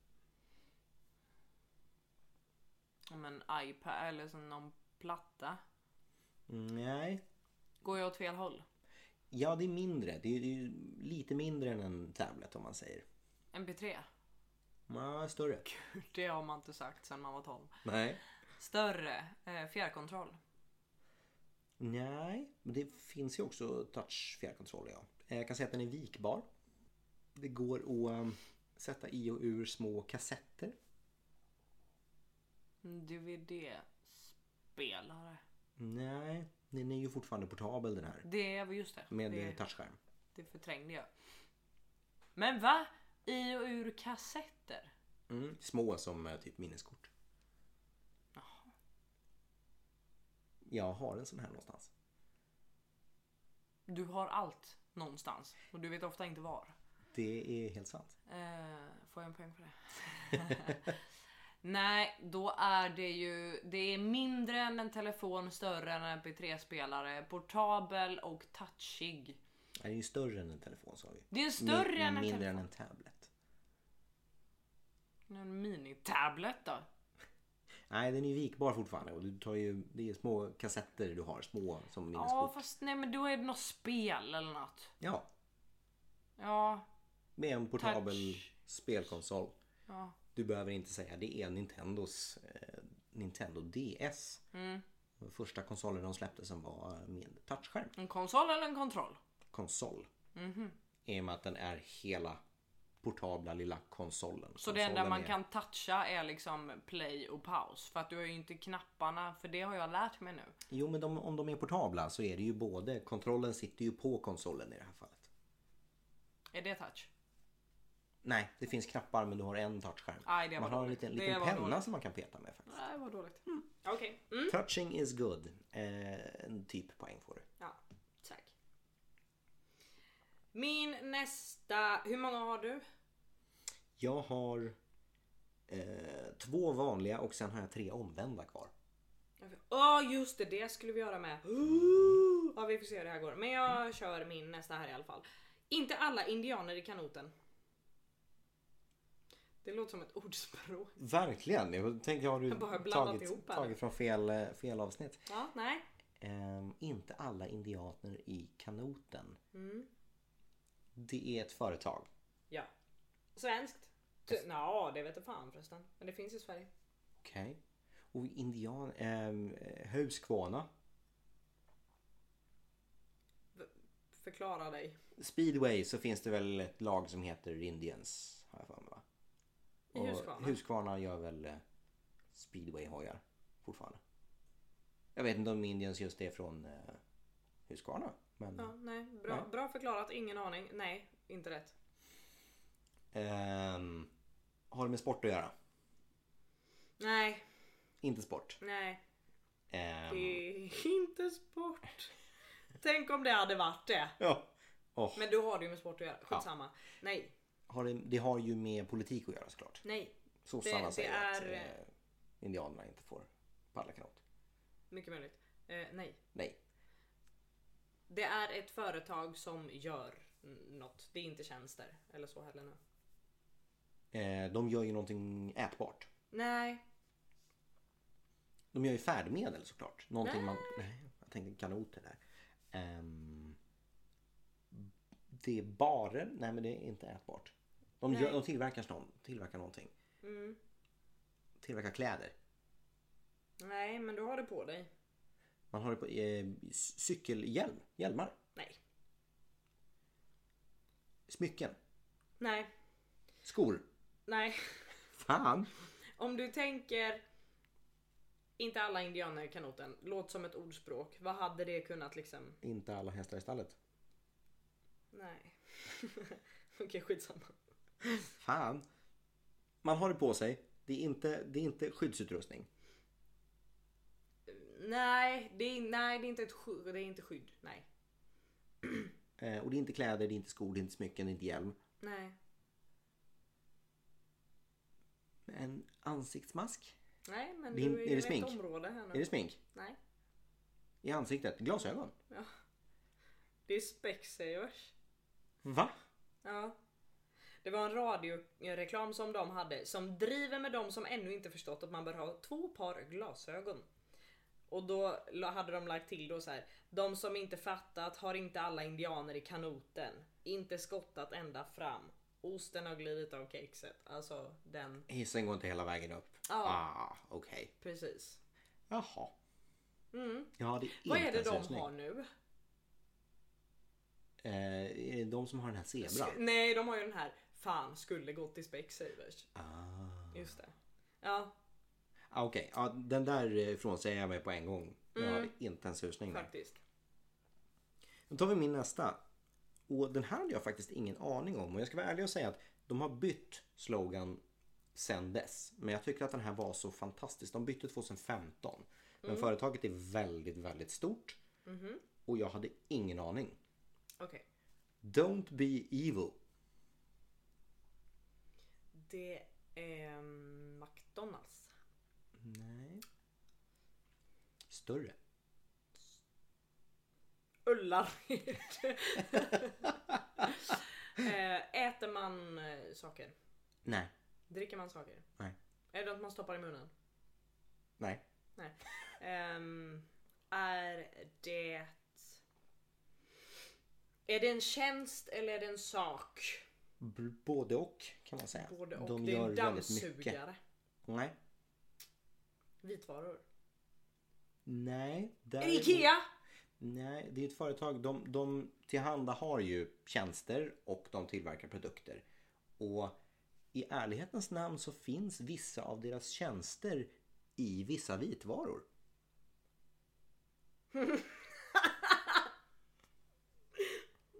S2: om en iPad eller som någon platta.
S1: Nej,
S2: Går jag åt fel håll?
S1: ja det är mindre. Det är det är ju lite mindre än en tablet om man säger.
S2: MP3?
S1: Ja, större.
S2: Det har man inte sagt sedan man var 12.
S1: Nej.
S2: Större eh, fjärrkontroll.
S1: Nej, men det finns ju också touch fjärrkontroller ja. Eh, Jag kan säga att den är vikbar. Det går att ehm, sätta i och ur små kassetter.
S2: DVD-spelare.
S1: Nej, den är ju fortfarande portabel den här.
S2: Det var just det.
S1: Med eh,
S2: det,
S1: touchskärm.
S2: det förträngde jag. Men va? I och ur kassetter?
S1: Mm. Små som eh, typ minneskort. jag har en sån här någonstans.
S2: Du har allt någonstans och du vet ofta inte var.
S1: Det är helt sant.
S2: Eh, får jag en poäng för det? Nej, då är det ju det är mindre än en telefon, större än en mp3-spelare, portabel och touchig.
S1: Det är ju större än en telefon sa vi.
S2: Det är ju större
S1: Min-
S2: än en
S1: mindre
S2: telefon.
S1: än en tablet.
S2: En minitablet då?
S1: Nej, den är ju vikbar fortfarande och du tar ju, det är små kassetter du har, små som minneskort.
S2: Ja, fast nej men då är det något spel eller något.
S1: Ja,
S2: Ja,
S1: med en portabel
S2: Touch.
S1: spelkonsol.
S2: ja.
S1: Du behöver inte säga det är Nintendos eh, Nintendo DS.
S2: Mm.
S1: Den Första konsolen de släppte som var med touchskärm.
S2: En konsol eller en kontroll?
S1: Konsol.
S2: Mhm.
S1: I och med att den är hela portabla lilla konsolen.
S2: Så det enda
S1: Konsolen
S2: man
S1: är-
S2: kan toucha är liksom play och paus. För att du har ju inte knapparna, för det har jag lärt mig nu.
S1: Jo men de, om de är portabla så är det ju både, kontrollen sitter ju på konsolen i det här fallet.
S2: Är det touch?
S1: Nej, det finns knappar men du har en touchskärm.
S2: Aj, det var
S1: man har en
S2: dåligt.
S1: liten,
S2: Det
S1: liten
S2: var
S1: penna
S2: dåligt.
S1: som man kan peta med faktiskt.
S2: Nej, vad dåligt. Mm. Okej.
S1: Touching is good. Eh, en typ poäng får du.
S2: Ja, tack. Min nästa... Hur många har du?
S1: Jag har eh, två vanliga och sen har jag tre omvända kvar.
S2: Ja just det, det skulle vi göra med. Ja vi får se hur det här går. Men jag kör min nästa här i alla fall. Inte alla indianer i kanoten. Det låter som ett ordspråk.
S1: Verkligen! Jag tänker har du
S2: Jag bara blandat
S1: tagit,
S2: ihop här.
S1: tagit från fel, eh, fel avsnitt.
S2: Ja, nej.
S1: Ehm, inte alla indianer i kanoten.
S2: Mm.
S1: Det är ett företag.
S2: Ja. Svenskt. Ty- Nja, det vet jag fan förresten. Men det finns i Sverige.
S1: Okej. Och indian... ehm, Eh, Huskvarna.
S2: Förklara dig.
S1: Speedway så finns det väl ett lag som heter Indians. Har jag för mig va?
S2: I
S1: Och
S2: Huskvarna?
S1: Huskvarna gör väl eh, speedwayhojar fortfarande. Jag vet inte om Indians just är från eh, Huskvarna. Men
S2: Ja, nej. Bra,
S1: Nej.
S2: bra förklarat, ingen aning. Nej, inte rätt.
S1: ehm, har det med sport att göra?
S2: Nej,
S1: Inte sport.
S2: nej.
S1: Ehm,
S2: Det är inte sport. Tänk om det hade varit det.
S1: ja. Åh,
S2: Men då har det ju med sport att göra. Skitsamma. Nej,
S1: har det, det har ju med politik att göra såklart.
S2: nej.
S1: Sossarna
S2: Det- det
S1: säger att
S2: är-
S1: eh, indianerna inte får paddla kanot.
S2: Mycket möjligt. Eh, nej.
S1: Nej.
S2: Det är ett företag som gör n- något. Det är inte tjänster eller så heller nu.
S1: Eh, de gör ju någonting ätbart.
S2: Nej.
S1: De gör ju färdmedel såklart. Någonting man... Nej, jag tänkte kanoter där. Ehm, det är barer. Nej men det är inte ätbart. De,
S2: Nej.
S1: gör, de tillverkar, någon, tillverkar någonting.
S2: Mm.
S1: Tillverkar kläder.
S2: Nej, men du har det på dig.
S1: Man har det på eh, c- cykelhjälm. Hjälmar.
S2: Nej.
S1: Smycken.
S2: Nej.
S1: Skor.
S2: Nej.
S1: Fan!
S2: Om du tänker inte alla indianer i kanoten, låt som ett ordspråk. Vad hade det kunnat liksom?
S1: Inte alla hästar i stallet.
S2: Nej. Okej, skitsamma.
S1: Fan! Man har det på sig. Det är inte, det är inte skyddsutrustning.
S2: Nej, det är, nej, det är inte ett skydd. Det är inte skydd. Nej.
S1: Eh, och det är inte kläder, det är inte skor, det är inte smycken, det är inte hjälm.
S2: Nej.
S1: En ansiktsmask?
S2: Nej, men
S1: Det är-
S2: du är,
S1: är
S2: i
S1: det
S2: rätt
S1: smink?
S2: område här
S1: Är
S2: nu.
S1: det smink?
S2: Nej.
S1: I ansiktet? Glasögon?
S2: Ja. Det är Specsavers.
S1: Va?
S2: Ja. Det var en radioreklam som de hade som driver med de som ännu inte förstått att man bör ha två par glasögon. Och då la- hade de lagt till då så här. De som inte fattat har inte alla indianer i kanoten. Inte skottat ända fram. Osten har glidit av kexet. Alltså den.
S1: Hissen går inte hela vägen upp.
S2: Ja.
S1: Ah, okej.
S2: Precis.
S1: Jaha.
S2: Mm.
S1: Ja, det är
S2: Vad
S1: inte
S2: är det
S1: en
S2: de
S1: susning.
S2: har nu?
S1: Eh, är det de som har den här zebran?
S2: Nej, de har ju den här. Fan, skulle gått till Specsavers.
S1: Ah,
S2: Just det. Ja,
S1: ah okej. Ja, den där eh, frånsäger jag mig på en gång. Jag
S2: Mm.
S1: har inte en susning. där.
S2: faktiskt.
S1: Då tar vi min nästa. Och den här hade jag faktiskt ingen aning om. Och jag ska vara ärlig och säga att de har bytt slogan sen dess. Men jag tycker att den här var så fantastisk. De bytte 2015. Men
S2: Mm.
S1: företaget är väldigt, väldigt stort.
S2: Mhm.
S1: Och jag hade ingen aning.
S2: Okej.
S1: Don't be evil.
S2: Det är McDonalds.
S1: Nej. Större.
S2: Ullared. Eh, Äter man eh, saker?
S1: Nej.
S2: Dricker man saker?
S1: Nej.
S2: Är det att man stoppar i munnen?
S1: Nej.
S2: Nej. Ehm, är det... Är det en tjänst eller är det en sak?
S1: B- både och kan man säga.
S2: Både och.
S1: De
S2: det är
S1: gör
S2: en
S1: väldigt mycket.
S2: dammsugare.
S1: Nej.
S2: Vitvaror.
S1: Nej.
S2: Är
S1: Där...
S2: det IKEA?
S1: Nej, det är ett företag. De, de tillhandahar ju tjänster och de tillverkar produkter. Och i ärlighetens namn så finns vissa av deras tjänster i vissa vitvaror.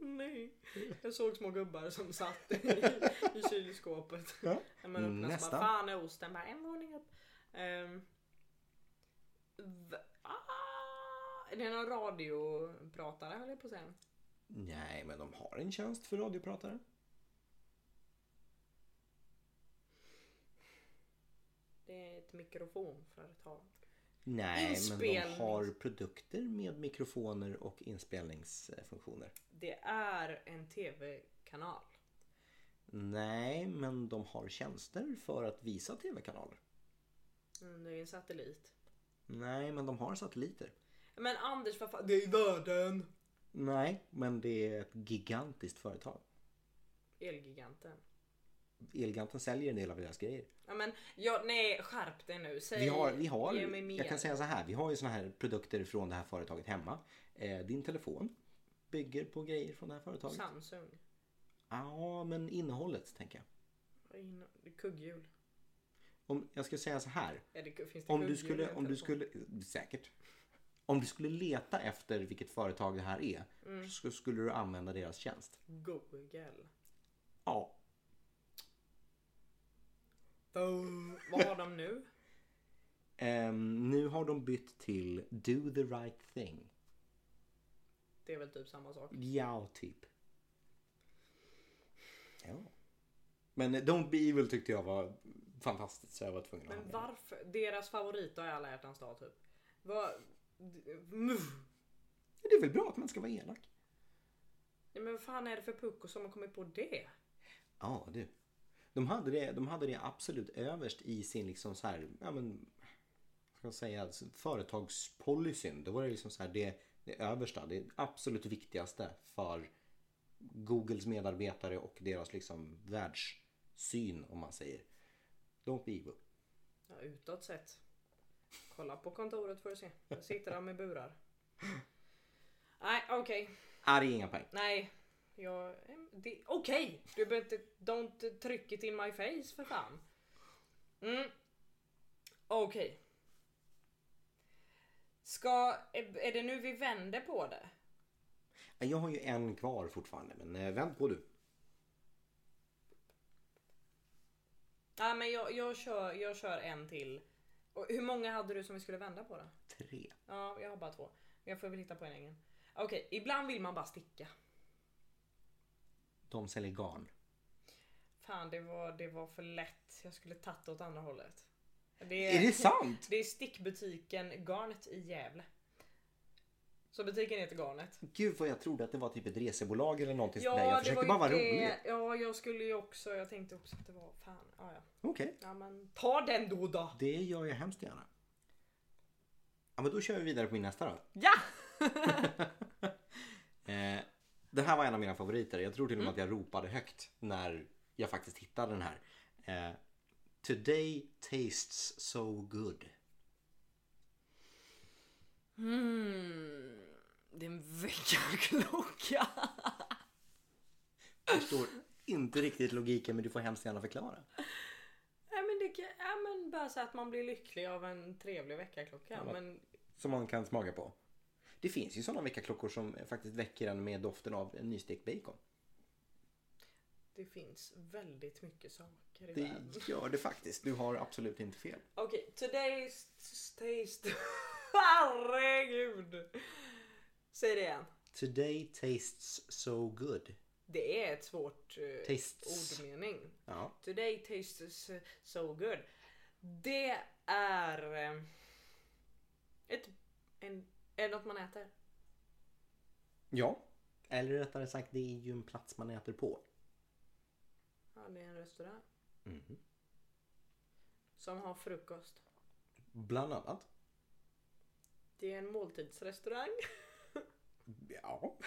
S2: Nej. Jag såg små gubbar som satt i, i kylskåpet.
S1: Ja.
S2: När man öppnade så bara
S1: Nästan.
S2: fan är osten bara en våning upp. Ehm, v- ah, är det någon radiopratare höll jag på att säga.
S1: Nej, men de har en tjänst för radiopratare.
S2: Det är ett mikrofonföretag.
S1: Nej, men
S2: Inspelnings-
S1: de har produkter med mikrofoner och inspelningsfunktioner.
S2: Det är en tv-kanal.
S1: Nej, men de har tjänster för att visa tv-kanaler.
S2: Mm, det är en satellit.
S1: Nej, men de har satelliter.
S2: Men Anders vad fan, det är världen!
S1: Nej, men det är ett gigantiskt företag.
S2: Elgiganten.
S1: Elgiganten säljer en del av deras grejer.
S2: Ja men, ja, nej skärp dig nu. Säg,
S1: Vi har, vi har,
S2: Eh, ge mig mer.
S1: jag kan säga så här, vi har ju såna här produkter från det här företaget hemma. Eh, din telefon bygger på grejer från det här företaget.
S2: Samsung.
S1: Ja, men innehållet tänker jag.
S2: Vad är inne- det är Kugghjul.
S1: Om, jag skulle säga så här.
S2: Är det, finns det
S1: Om du,
S2: kugghjul i
S1: skulle,
S2: en
S1: om du
S2: telefon?
S1: skulle, säkert. Om du skulle leta efter vilket företag det här är
S2: Mm.
S1: så skulle du använda deras tjänst.
S2: Google.
S1: Ja,
S2: Vad har de nu?
S1: Ehm, nu har de bytt till Do the right thing.
S2: Det är väl typ samma sak.
S1: Ja, typ. Ja. Men eh, Don't Be Evil tyckte jag var fantastiskt så jag var tvungen att ha
S2: Men
S1: med.
S2: varför? Deras favorit är alla hjärtans dag typ. Vad?
S1: Det är väl bra att man ska vara elak?
S2: Ja, men vad fan är det för pucko som har kommit på det?
S1: Ja, du. De hade det, de hade det absolut överst i sin liksom så här, ja men, vad ska jag säga, alltså, företagspolicyn. Då var det liksom så här, det, det översta, det absolut viktigaste för Googles medarbetare och deras liksom världssyn om man säger. Don't be evil.
S2: Ja, utåt sett. Kolla på kontoret får du se. Där sitter de med burar. Nej, okej.
S1: Här är inga poäng.
S2: Nej. Jag... det- Okej! Du behöver inte... Don't tryck it in my face för fan. Mm. Okej. Ska... Är är det nu vi vänder på det?
S1: Jag har ju en kvar fortfarande men eh, vänd på du.
S2: Nej men jag, jag, kör, jag kör en till. Och hur många hade du som vi skulle vända på då?
S1: Tre.
S2: Ja, jag har bara två. Jag får väl hitta på en egen. Okej, ibland vill man bara sticka.
S1: De säljer garn.
S2: Fan, det var, det var för lätt. Jag skulle tagit åt andra hållet.
S1: Är det sant?
S2: Det är stickbutiken Garnet i Gävle. Så butiken heter Garnet.
S1: Gud vad jag trodde att det var typ ett resebolag eller någonting sånt där. Jag försökte bara vara rolig.
S2: Ja, jag skulle ju också. Jag tänkte också att det var fan. Ja, ja.
S1: Okej,
S2: ja men ta den då då.
S1: det gör jag hemskt gärna. Ja men då kör vi vidare på min nästa då.
S2: Ja!
S1: Eh, det här var en av mina favoriter. Jag tror till och med att jag ropade högt när jag faktiskt hittade den här. Eh, Today tastes so good.
S2: Mm, det är en väckarklocka.
S1: Förstår inte riktigt logiken men du får hemskt gärna förklara.
S2: Nej men det kan, ja, men bara så att man blir lycklig av en trevlig väckarklocka.
S1: men-
S2: Men
S1: Som man kan smaka på. Det finns ju sådana väckarklockor som faktiskt väcker en med doften av en nystekt bacon.
S2: det finns väldigt mycket saker i
S1: Det
S2: världen.
S1: gör det faktiskt. Du har absolut inte fel.
S2: Okej, today's taste. Herregud! Säg det igen.
S1: Today tastes so good.
S2: Det är ett svårt eh,
S1: Tastes.
S2: ordmening.
S1: Ja.
S2: Today tastes so good. Det är eh, ett, en, är det något man äter.
S1: Ja. Eller rättare sagt, det är ju en plats man äter på.
S2: Ja, det är en restaurang
S1: Mhm.
S2: som har frukost.
S1: Bland annat.
S2: Det är en måltidsrestaurang.
S1: Ja.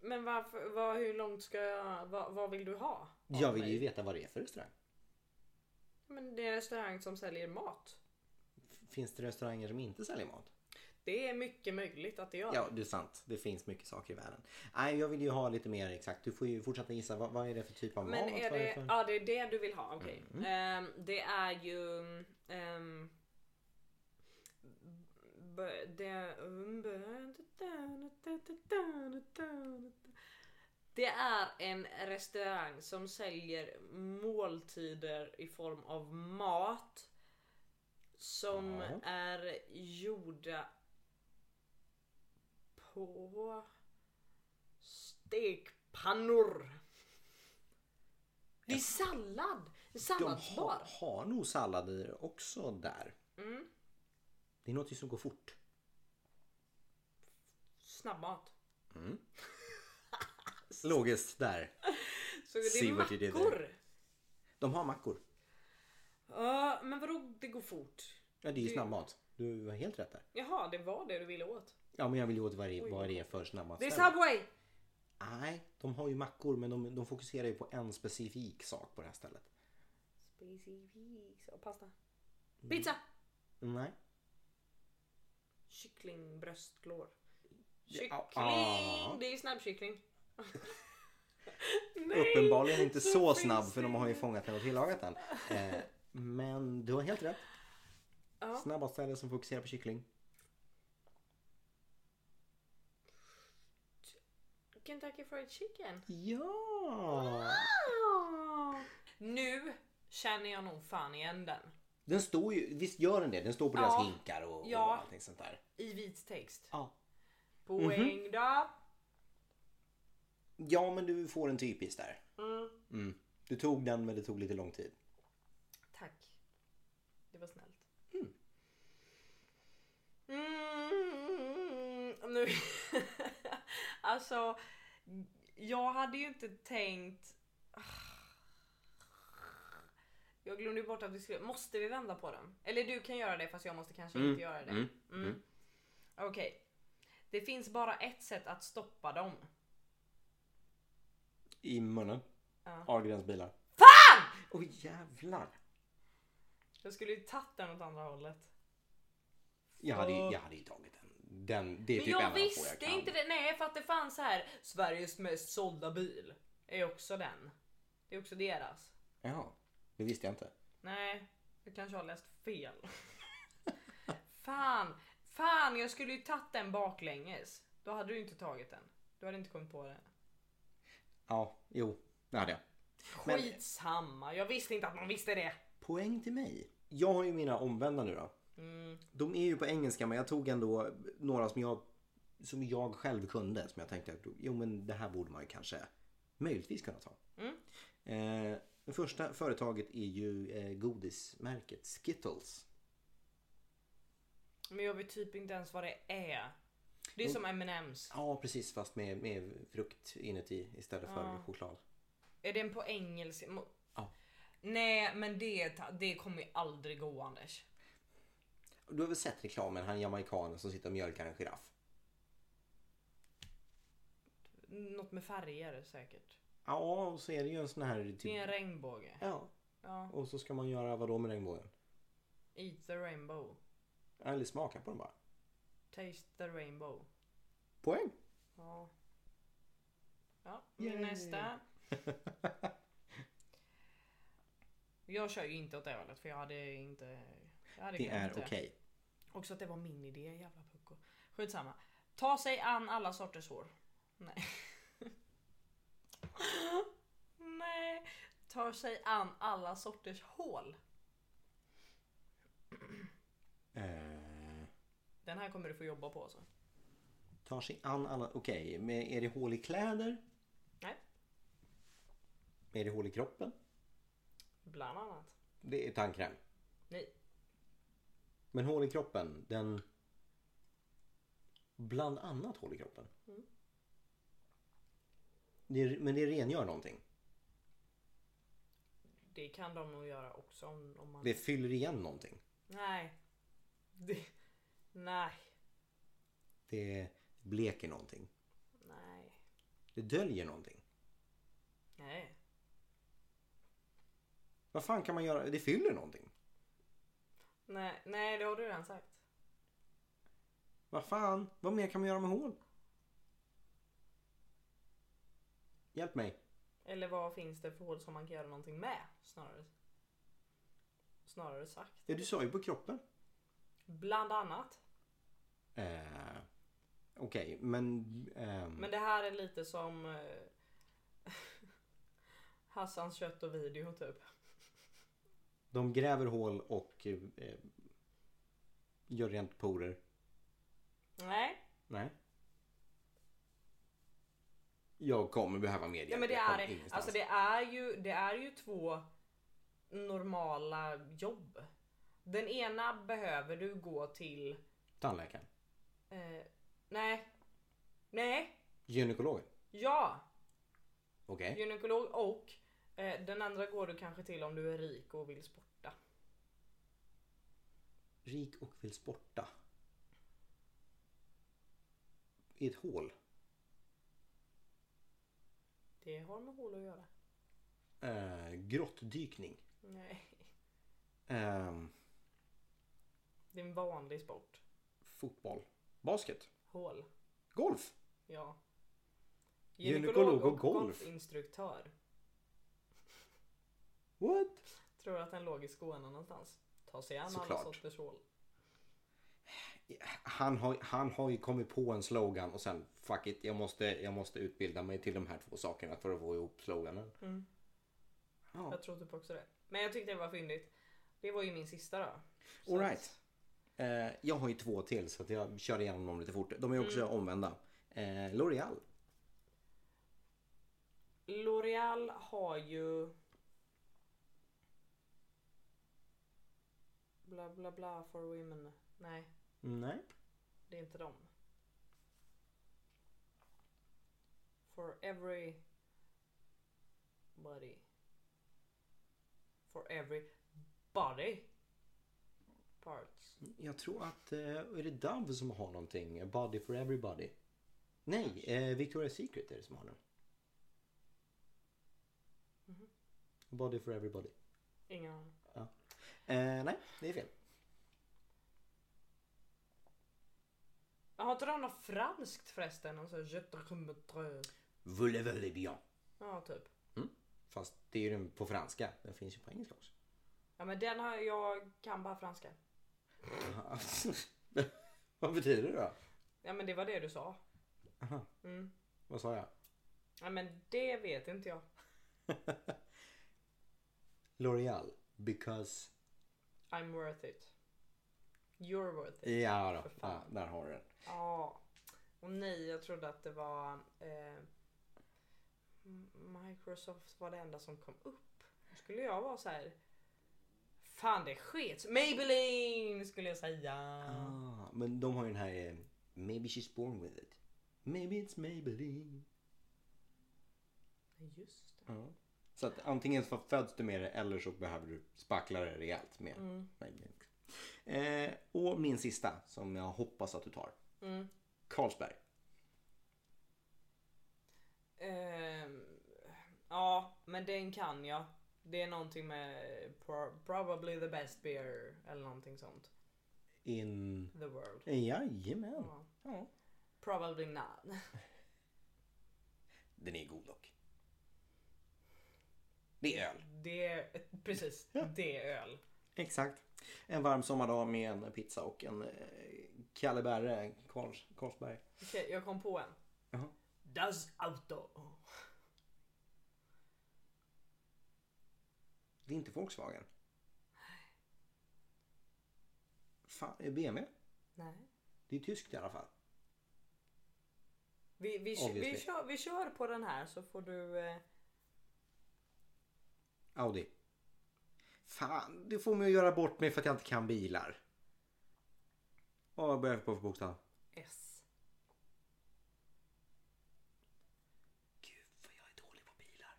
S2: Men varför, vad, hur långt ska jag, vad, vad vill du ha? av
S1: Jag vill
S2: mig?
S1: ju veta vad det är för restaurang.
S2: Men det är en restaurang som säljer mat.
S1: Finns det restauranger som inte säljer mat?
S2: Det är mycket möjligt att det gör.
S1: Ja, det är sant. Det finns mycket saker i världen. Nej, jag vill ju ha lite mer exakt. Du får ju fortsätta gissa. Vad, vad är det för typ av
S2: Men
S1: mat?
S2: är
S1: Vad
S2: det,
S1: för...
S2: ja det är det du vill ha, okej. Ehm, det är ju... ehm, b- det, um, det är en restaurang som säljer måltider i form av mat som
S1: Ja.
S2: är gjorda på stekpannor. Det är sallad! Det är
S1: De har,
S2: Salladsbar.
S1: har nog sallader också där.
S2: Mm.
S1: Det är något som går fort.
S2: Snabbmat.
S1: Logiskt där.
S2: Så det
S1: See
S2: är
S1: what you did
S2: mackor.
S1: De har mackor.
S2: Ja, men vadå det går fort?
S1: Ja, det är ju
S2: Det-
S1: snabbmat. Du har helt rätt där.
S2: Jaha, det var det du ville åt.
S1: Ja, men jag vill ju åt vad det, vad det är för snabbmat.
S2: Det är
S1: ställe.
S2: Subway!
S1: Nej, de har ju mackor men de, de fokuserar ju på en specifik sak på det här stället.
S2: Specifikt. Och pasta.
S1: Mm.
S2: Pizza!
S1: Nej.
S2: Kycklingbröstlår. Kyckling!
S1: Ja, ah.
S2: Det är snabbkyckling.
S1: Uppenbarligen inte
S2: så
S1: så
S2: finns
S1: snabb för
S2: det
S1: de har ju
S2: inte.
S1: fångat den och tillagat den. Eh, men du har helt rätt.
S2: Ja.
S1: Snabbmatsställe som fokuserar på kyckling.
S2: Kentucky Fried Chicken.
S1: Ja! Ah.
S2: Nu känner jag nog fan igen den.
S1: Den står ju, visst gör den det? Den står på
S2: Ja.
S1: deras hinkar och, och
S2: Ja.
S1: allting sånt där.
S2: I vit text.
S1: Ja. Mhm.
S2: Poäng då!
S1: ja, men du får en typisk där.
S2: Mm.
S1: Mm. Du tog den men det tog lite lång tid.
S2: Tack. Det var snällt. Mm, nu... alltså, jag hade ju inte tänkt... Jag glömde ju bort att vi skulle... Måste vi vända på den? Eller du kan göra det fast jag måste kanske inte göra det.
S1: mm,
S2: Mm. Okej. Det finns bara ett sätt att stoppa dem.
S1: I munnen.
S2: Ja.
S1: Ahlgrens bilar.
S2: FAN!
S1: Åh jävlar!
S2: Jag skulle ju tagit den åt andra hållet.
S1: Jag hade, ju, jag hade ju tagit den. den det är
S2: Men
S1: typ en
S2: jag
S1: av de få
S2: visste
S1: kan.
S2: inte det. Nej, för att det fanns här. Sveriges mest sålda bil är också den. Det är också deras.
S1: Jaha, det visste jag inte.
S2: Nej, jag kanske har läst fel. Fan, fan, jag skulle ju tagit den baklänges. Då hade du inte tagit den. Du hade inte kommit på det.
S1: Ja, jo, det hade jag. Men-
S2: Skitsamma, jag visste inte att man visste det.
S1: Poäng till mig. Jag har ju mina omvända nu då.
S2: Mm.
S1: De är ju på engelska men jag tog ändå några som jag, som jag själv kunde. Som jag tänkte att jo men det här borde man ju kanske möjligtvis kunna ta.
S2: Mm.
S1: Eh, det första företaget är ju eh, godismärket Skittles.
S2: Men jag vet typ inte ens vad det är. Det är
S1: Mm.
S2: som M&M's.
S1: Ja precis fast med, med frukt inuti istället för
S2: Ja.
S1: choklad.
S2: Är den på engelska? Mo-
S1: Ja.
S2: Nej, men det, ta- det kommer ju aldrig gå Anders.
S1: Du har väl sett reklamen han jamaikanen som sitter och mjölkar en giraff?
S2: Något med färger säkert.
S1: Ja och så är det ju en sån här
S2: Det är
S1: typ...
S2: en regnbåge.
S1: Ja
S2: Ja.
S1: och så ska man göra vad då med regnbågen?
S2: Eat the rainbow.
S1: Eller smaka på den bara.
S2: Taste the rainbow.
S1: Poäng!
S2: Ja. Ja, min
S1: Yay.
S2: nästa. Jag kör ju inte åt det hållet för jag hade inte... Jag hade
S1: Det
S2: glömt
S1: är okej.
S2: Också att det var min idé, jävla pucko. Skitsamma. Ta sig an alla sorters hår. Nej.
S3: Nej.
S2: Tar sig an alla sorters hål.
S1: Eh,
S2: Den här kommer du få jobba på alltså.
S1: tar sig an alla... Okej, men är det hål i kläder?
S2: Nej.
S1: Är det hål i kroppen?
S2: Bland annat.
S1: Det är tandkräm.
S2: Nej.
S1: Men hål i kroppen, den... Bland annat hål i kroppen.
S2: Mm.
S1: Det är, men det rengör någonting.
S2: Det kan de nog göra också om, om man...
S1: Det fyller igen någonting.
S2: Nej. Det... Nej.
S1: Det bleker någonting.
S2: Nej.
S1: Det döljer någonting.
S2: Nej.
S1: Vad fan kan man göra? Det fyller någonting.
S2: Nej, nej det har du redan sagt.
S1: Vad fan? Vad mer kan man göra med hål? Hjälp mig.
S2: Eller vad finns det för hål som man kan göra någonting med? Snarare. Snarare sagt.
S1: Ja, du sa ju på kroppen.
S2: Bland annat.
S1: Eh, Okej, men... ehm,
S2: Men det här är lite som eh, Hassans kött och video typ.
S1: De gräver hål och eh, gör rent porer.
S2: Nej,
S1: Nej. Jag kommer behöva mer hjälp.
S2: ja, men det
S1: Jag kommer
S2: är,
S1: ingenstans.
S2: alltså det, är ju, det är ju två normala jobb. Den ena behöver du gå till...
S1: Tandläkaren.
S2: Eh, nej. Nej.
S1: Gynekologen.
S2: Ja.
S1: Okej.
S2: Gynekolog och eh, den andra går du kanske till om du är rik och vill sporta.
S1: Rik och vill sporta. I ett hål.
S2: Det har med hål att göra.
S1: Eh, grottdykning.
S2: Nej.
S1: Ehm,
S2: Det är en vanlig sport.
S1: fotboll. Basket.
S2: Hål.
S1: Golf.
S2: Ja.
S1: Gynekolog och golf.
S2: golfinstruktör.
S1: What?
S2: Tror att den låg i Skåne någonstans. Ta sig an alla
S1: Såklart.
S2: sorters hål.
S1: Han har, han har ju kommit på en slogan och sen fuck it, jag måste, jag måste utbilda mig till de här två sakerna för att få ihop sloganen.
S2: Mm.
S1: Ja.
S2: Jag tror typ också det. Men jag tyckte det var fyndigt. Det var ju min sista då. Så
S1: All right.
S2: att-
S1: Eh, jag har ju två till så att jag kör igenom dem lite fort. De är också
S2: Mm.
S1: omvända. Eh, L'Oreal.
S2: L'Oreal har ju... Bla bla bla for women. Nej,
S1: Nej.
S2: det är inte dem. For every... Body. For every body. Parts.
S1: Jag tror att, eh, är det Dove som har någonting? Body for everybody? Nej, eh, Victoria's Secret är det som har den.
S2: Mhm.
S1: Body for everybody.
S2: Ingen aning.
S1: Eh, nej, det är fel.
S2: Har inte de något franskt förresten? Någon sån här... "Je te remettrai."
S1: Voulez voulez bien.
S2: Ja, typ.
S1: Fast det är ju den på franska. Den finns ju på engelska också.
S2: Ja men den har jag kan bara franska.
S1: Vad betyder det då?
S2: Ja men det var det du sa.
S1: Aha,
S2: Mm.
S1: vad sa jag?
S2: Ja men det vet inte jag.
S1: L'Oreal. Because...
S2: I'm worth it. You're worth it.
S1: Ja då,
S2: För fan.
S1: ja, där har du den.
S2: Ja. Och nej, jag trodde att det var eh, M- Microsoft var det enda som kom upp. Då skulle jag vara så här. Fan det sket. Maybelline skulle jag säga.
S1: Ah, men de har ju den här eh, Maybe she's born with it. Maybe it's Maybelline.
S2: Ja, Just det.
S1: Ja. Så att antingen så föds du med det eller så behöver du spackla det rejält med
S2: Mm.
S1: Maybelline. Eh, och min sista som jag hoppas att du tar.
S2: Mm.
S1: Carlsberg.
S2: Ehm, ja, men den kan jag. Det är någonting med pro- probably the best beer eller någonting sånt.
S1: In...
S2: The world.
S1: Jajamän.
S2: Ja.
S1: Ja.
S2: Probably not.
S1: Den är god dock. Det är öl.
S2: Det är, precis, det är öl.
S1: Exakt. En varm sommardag med en pizza och en eh, Kalle Berre, Karls, Carlsberg.
S2: Okej, jag kom på en.
S1: Jaha.
S2: Das Auto.
S1: Det är inte Volkswagen. Fan, är det BMW?
S2: Nej.
S1: Det är tyskt i alla fall.
S2: Vi, vi, vi,
S1: Obviously.
S2: vi, kör, vi kör på den här så får du... Eh,
S1: Audi. Fan, det får mig att göra bort mig för att jag inte kan bilar. Vad börjar jag på för bokstav?
S2: S.
S1: Gud vad jag är dålig på bilar.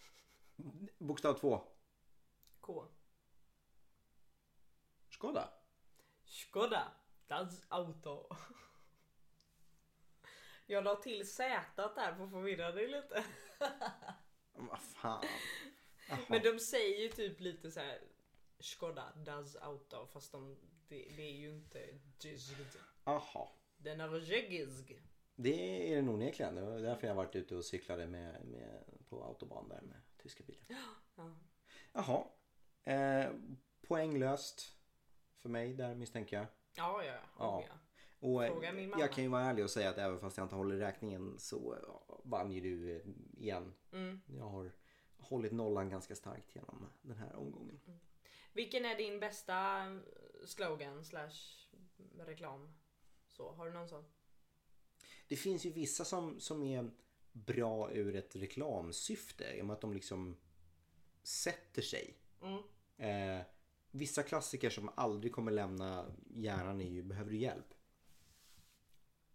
S1: Bokstav två.
S2: K.
S1: Skoda.
S2: Skoda. Das Auto. Jag la till Z där för att förvirra dig lite.
S1: Vad fan. Jaha.
S2: Men de säger ju typ lite så här. Skoda Das Auto fast de, det, det är ju inte jizgd.
S1: Jaha.
S2: Den är jizg.
S1: Det är den onekligen. Det var därför jag varit ute och cyklade med, med, på autobahn där med tyska bilar.
S2: Ja.
S1: Jaha. Eh, poänglöst för mig där misstänker jag.
S2: Ja, ja,
S1: Ja.
S2: ja. ja.
S1: Och eh,
S2: Fråga min mamma.
S1: jag kan ju vara ärlig och säga att även fast jag inte håller räkningen så eh, vann ju du eh, igen.
S2: Mm.
S1: Jag har hållit nollan ganska starkt genom den här omgången.
S2: Vilken är din bästa eh, slogan slash reklam? Så, har du någon sån?
S1: Det finns ju vissa som, som är bra ur ett reklamsyfte. I och med att de liksom sätter sig.
S2: Mm.
S1: Eh, vissa klassiker som aldrig kommer lämna hjärnan är ju Behöver du hjälp?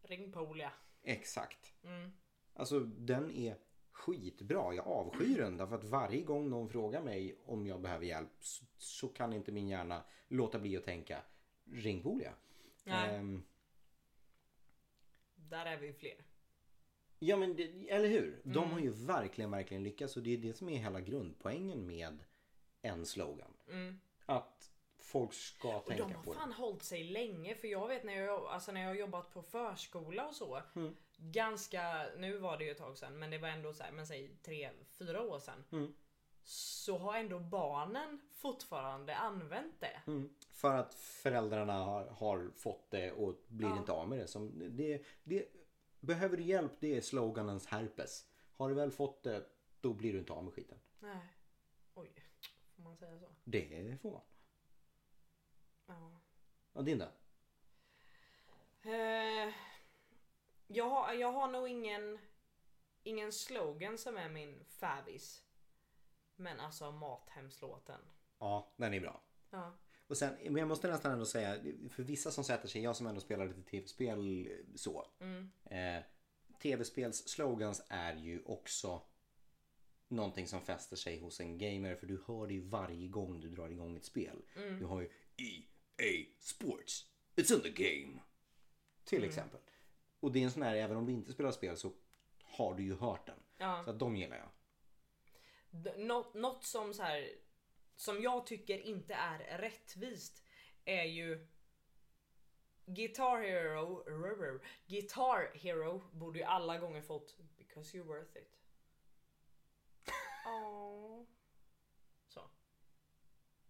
S2: Ring Polia.
S1: Exakt.
S2: Mm.
S1: Alltså den är skitbra. Jag avskyr den därför att varje gång någon frågar mig om jag behöver hjälp så, så kan inte min hjärna låta bli att tänka ring Bolia.
S2: Nej.
S1: Ehm,
S2: Där är vi fler.
S1: Ja men det, eller hur? De
S2: Mm.
S1: har ju verkligen, verkligen lyckats och det är det som är hela grundpoängen med en slogan.
S2: Mm.
S1: Att folk ska
S2: Och
S1: tänka
S2: de
S1: på
S2: har
S1: det.
S2: fan hållit sig länge för jag vet när jag, alltså när jag har jobbat på förskola och så.
S1: Mm.
S2: Ganska, nu var det ju ett tag sedan men det var ändå så här, men säg 3-4 år sedan.
S1: Mm.
S2: Så har ändå barnen fortfarande använt det.
S1: Mm. För att föräldrarna har, har fått det och blir inte av med det. Som, det, det. Behöver du hjälp? Det är sloganens herpes. Har du väl fått det, då blir du inte av med skiten.
S2: Nej. Oj, får man säga så?
S1: Det får man.
S2: Ja.
S1: Ja, din då?
S2: Eh, jag, har, jag har nog ingen, ingen slogan som är min favvis. Men alltså Mathemslåten.
S1: Ja, den är bra.
S2: Ja.
S1: Och sen, men jag måste nästan ändå säga, för vissa som sätter sig, jag som ändå spelar lite tv-spel eh, så. Eh, Tv-spels slogans är ju också någonting som fäster sig hos en gamer för du hör det ju varje gång du drar igång ett spel. Du har ju EA Sports, it's in the game. Till exempel. Och det är en sån här, även om du inte spelar spel så har du ju hört den.
S2: Ja.
S1: Så att de gillar jag.
S2: D- Något, något som så här, som jag tycker inte är rättvist är ju Guitar Hero, rrrr, Guitar Hero borde ju alla gånger fått because you're worth it. Aww. Så.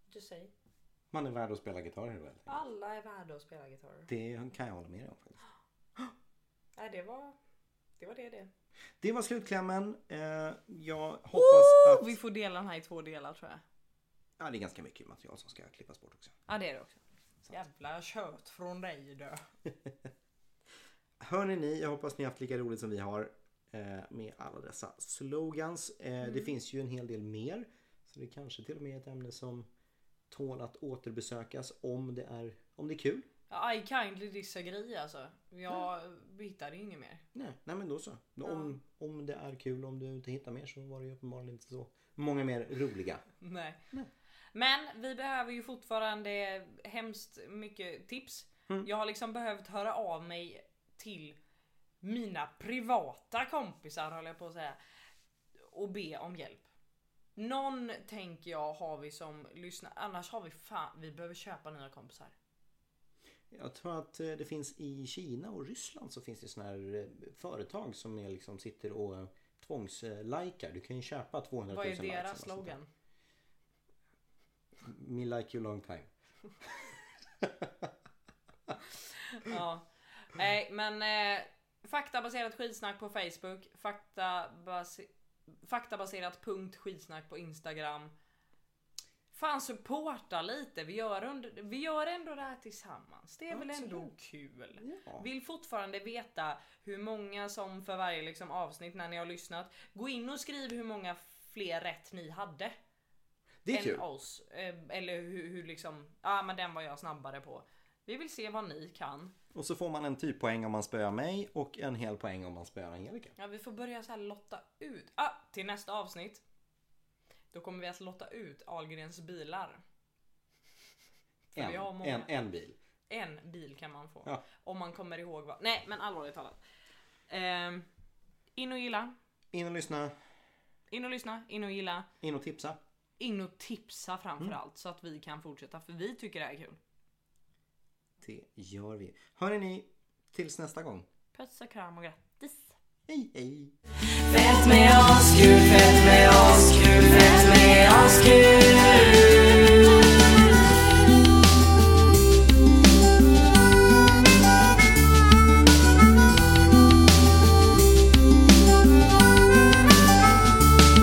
S2: Just say.
S1: Man är värd att spela gitarr helt enkelt.
S2: Alla är värda att spela gitarr.
S1: Det kan jag hålla med dig om faktiskt.
S2: Nej, det var det. Var det, det.
S1: Det var slutklämmen. Eh, jag hoppas att...
S4: Vi får dela den här i två delar tror jag.
S1: Ja, det är ganska mycket material som ska klippas bort också.
S4: Ja det är det också.
S2: Jävla kött från dig då.
S1: Hörni ni, jag hoppas ni har haft lika roligt som vi har eh, med alla dessa slogans. Eh, Det finns ju en hel del mer. Så det kanske till och med är ett ämne som tål att återbesökas om det är, om det är kul.
S4: Ja, I kindly disagree alltså. Jag
S1: Mm.
S4: hittade ju inget mer.
S1: Nej, nej men då så. Om, om det är kul, om du inte hittar mer så var det ju uppenbarligen inte så många mer roliga.
S4: Nej. Men vi behöver ju fortfarande hemskt mycket tips.
S1: Mm.
S4: Jag har liksom behövt höra av mig till mina privata kompisar håller jag på att säga. Och be om hjälp. Någon tänker jag har vi som lyssnar. Annars har vi fan, vi behöver köpa nya kompisar.
S1: Jag tror att eh, det finns i Kina och Ryssland så finns det sådana här eh, företag som är liksom sitter och eh, tvångslikar. Du kan ju köpa 200 000
S4: Vad är
S1: likes eller
S4: deras
S1: något sånt där.
S4: slogan?
S1: Me like you long time.
S4: Ja. Nej men eh, faktabaserat skitsnack på Facebook. Faktabase...
S2: faktabaserat punkt skitsnack på Instagram. Fan supporta lite, vi gör, under, vi gör ändå det här tillsammans. Det är väl ändå
S1: Absolut.
S2: kul.
S1: Ja.
S2: Vill fortfarande veta hur många som för varje liksom avsnitt när ni har lyssnat. Gå in och skriv hur många fler rätt ni hade.
S1: Det är
S2: än
S1: kul.
S2: oss. Eh, Eller hur, hur liksom, ja ah, men den var jag snabbare på. Vi vill se vad ni kan.
S1: Och så får man en typ poäng om man spöar mig och en hel poäng om man spöar Angelica.
S2: Ja vi får börja så här lotta ut. Ah, till nästa avsnitt. Då kommer vi att lotta ut Ahlgrens bilar.
S1: En,
S2: vi har många.
S1: en, en bil.
S2: En bil kan man få.
S1: Ja.
S2: Om man kommer ihåg vad. Nej men allvarligt talat. Ehm, in och gilla.
S1: In och lyssna,
S2: In och lyssna. In och gilla.
S1: in och tipsa.
S2: In och tipsa framförallt allt så att vi kan fortsätta för vi tycker det här är kul.
S1: Det gör vi. Hörrni, ni, tills nästa gång.
S2: Puss och kram och grattis.
S1: Hej hej!
S5: Fett med oss, kul fett med oss, kul fett med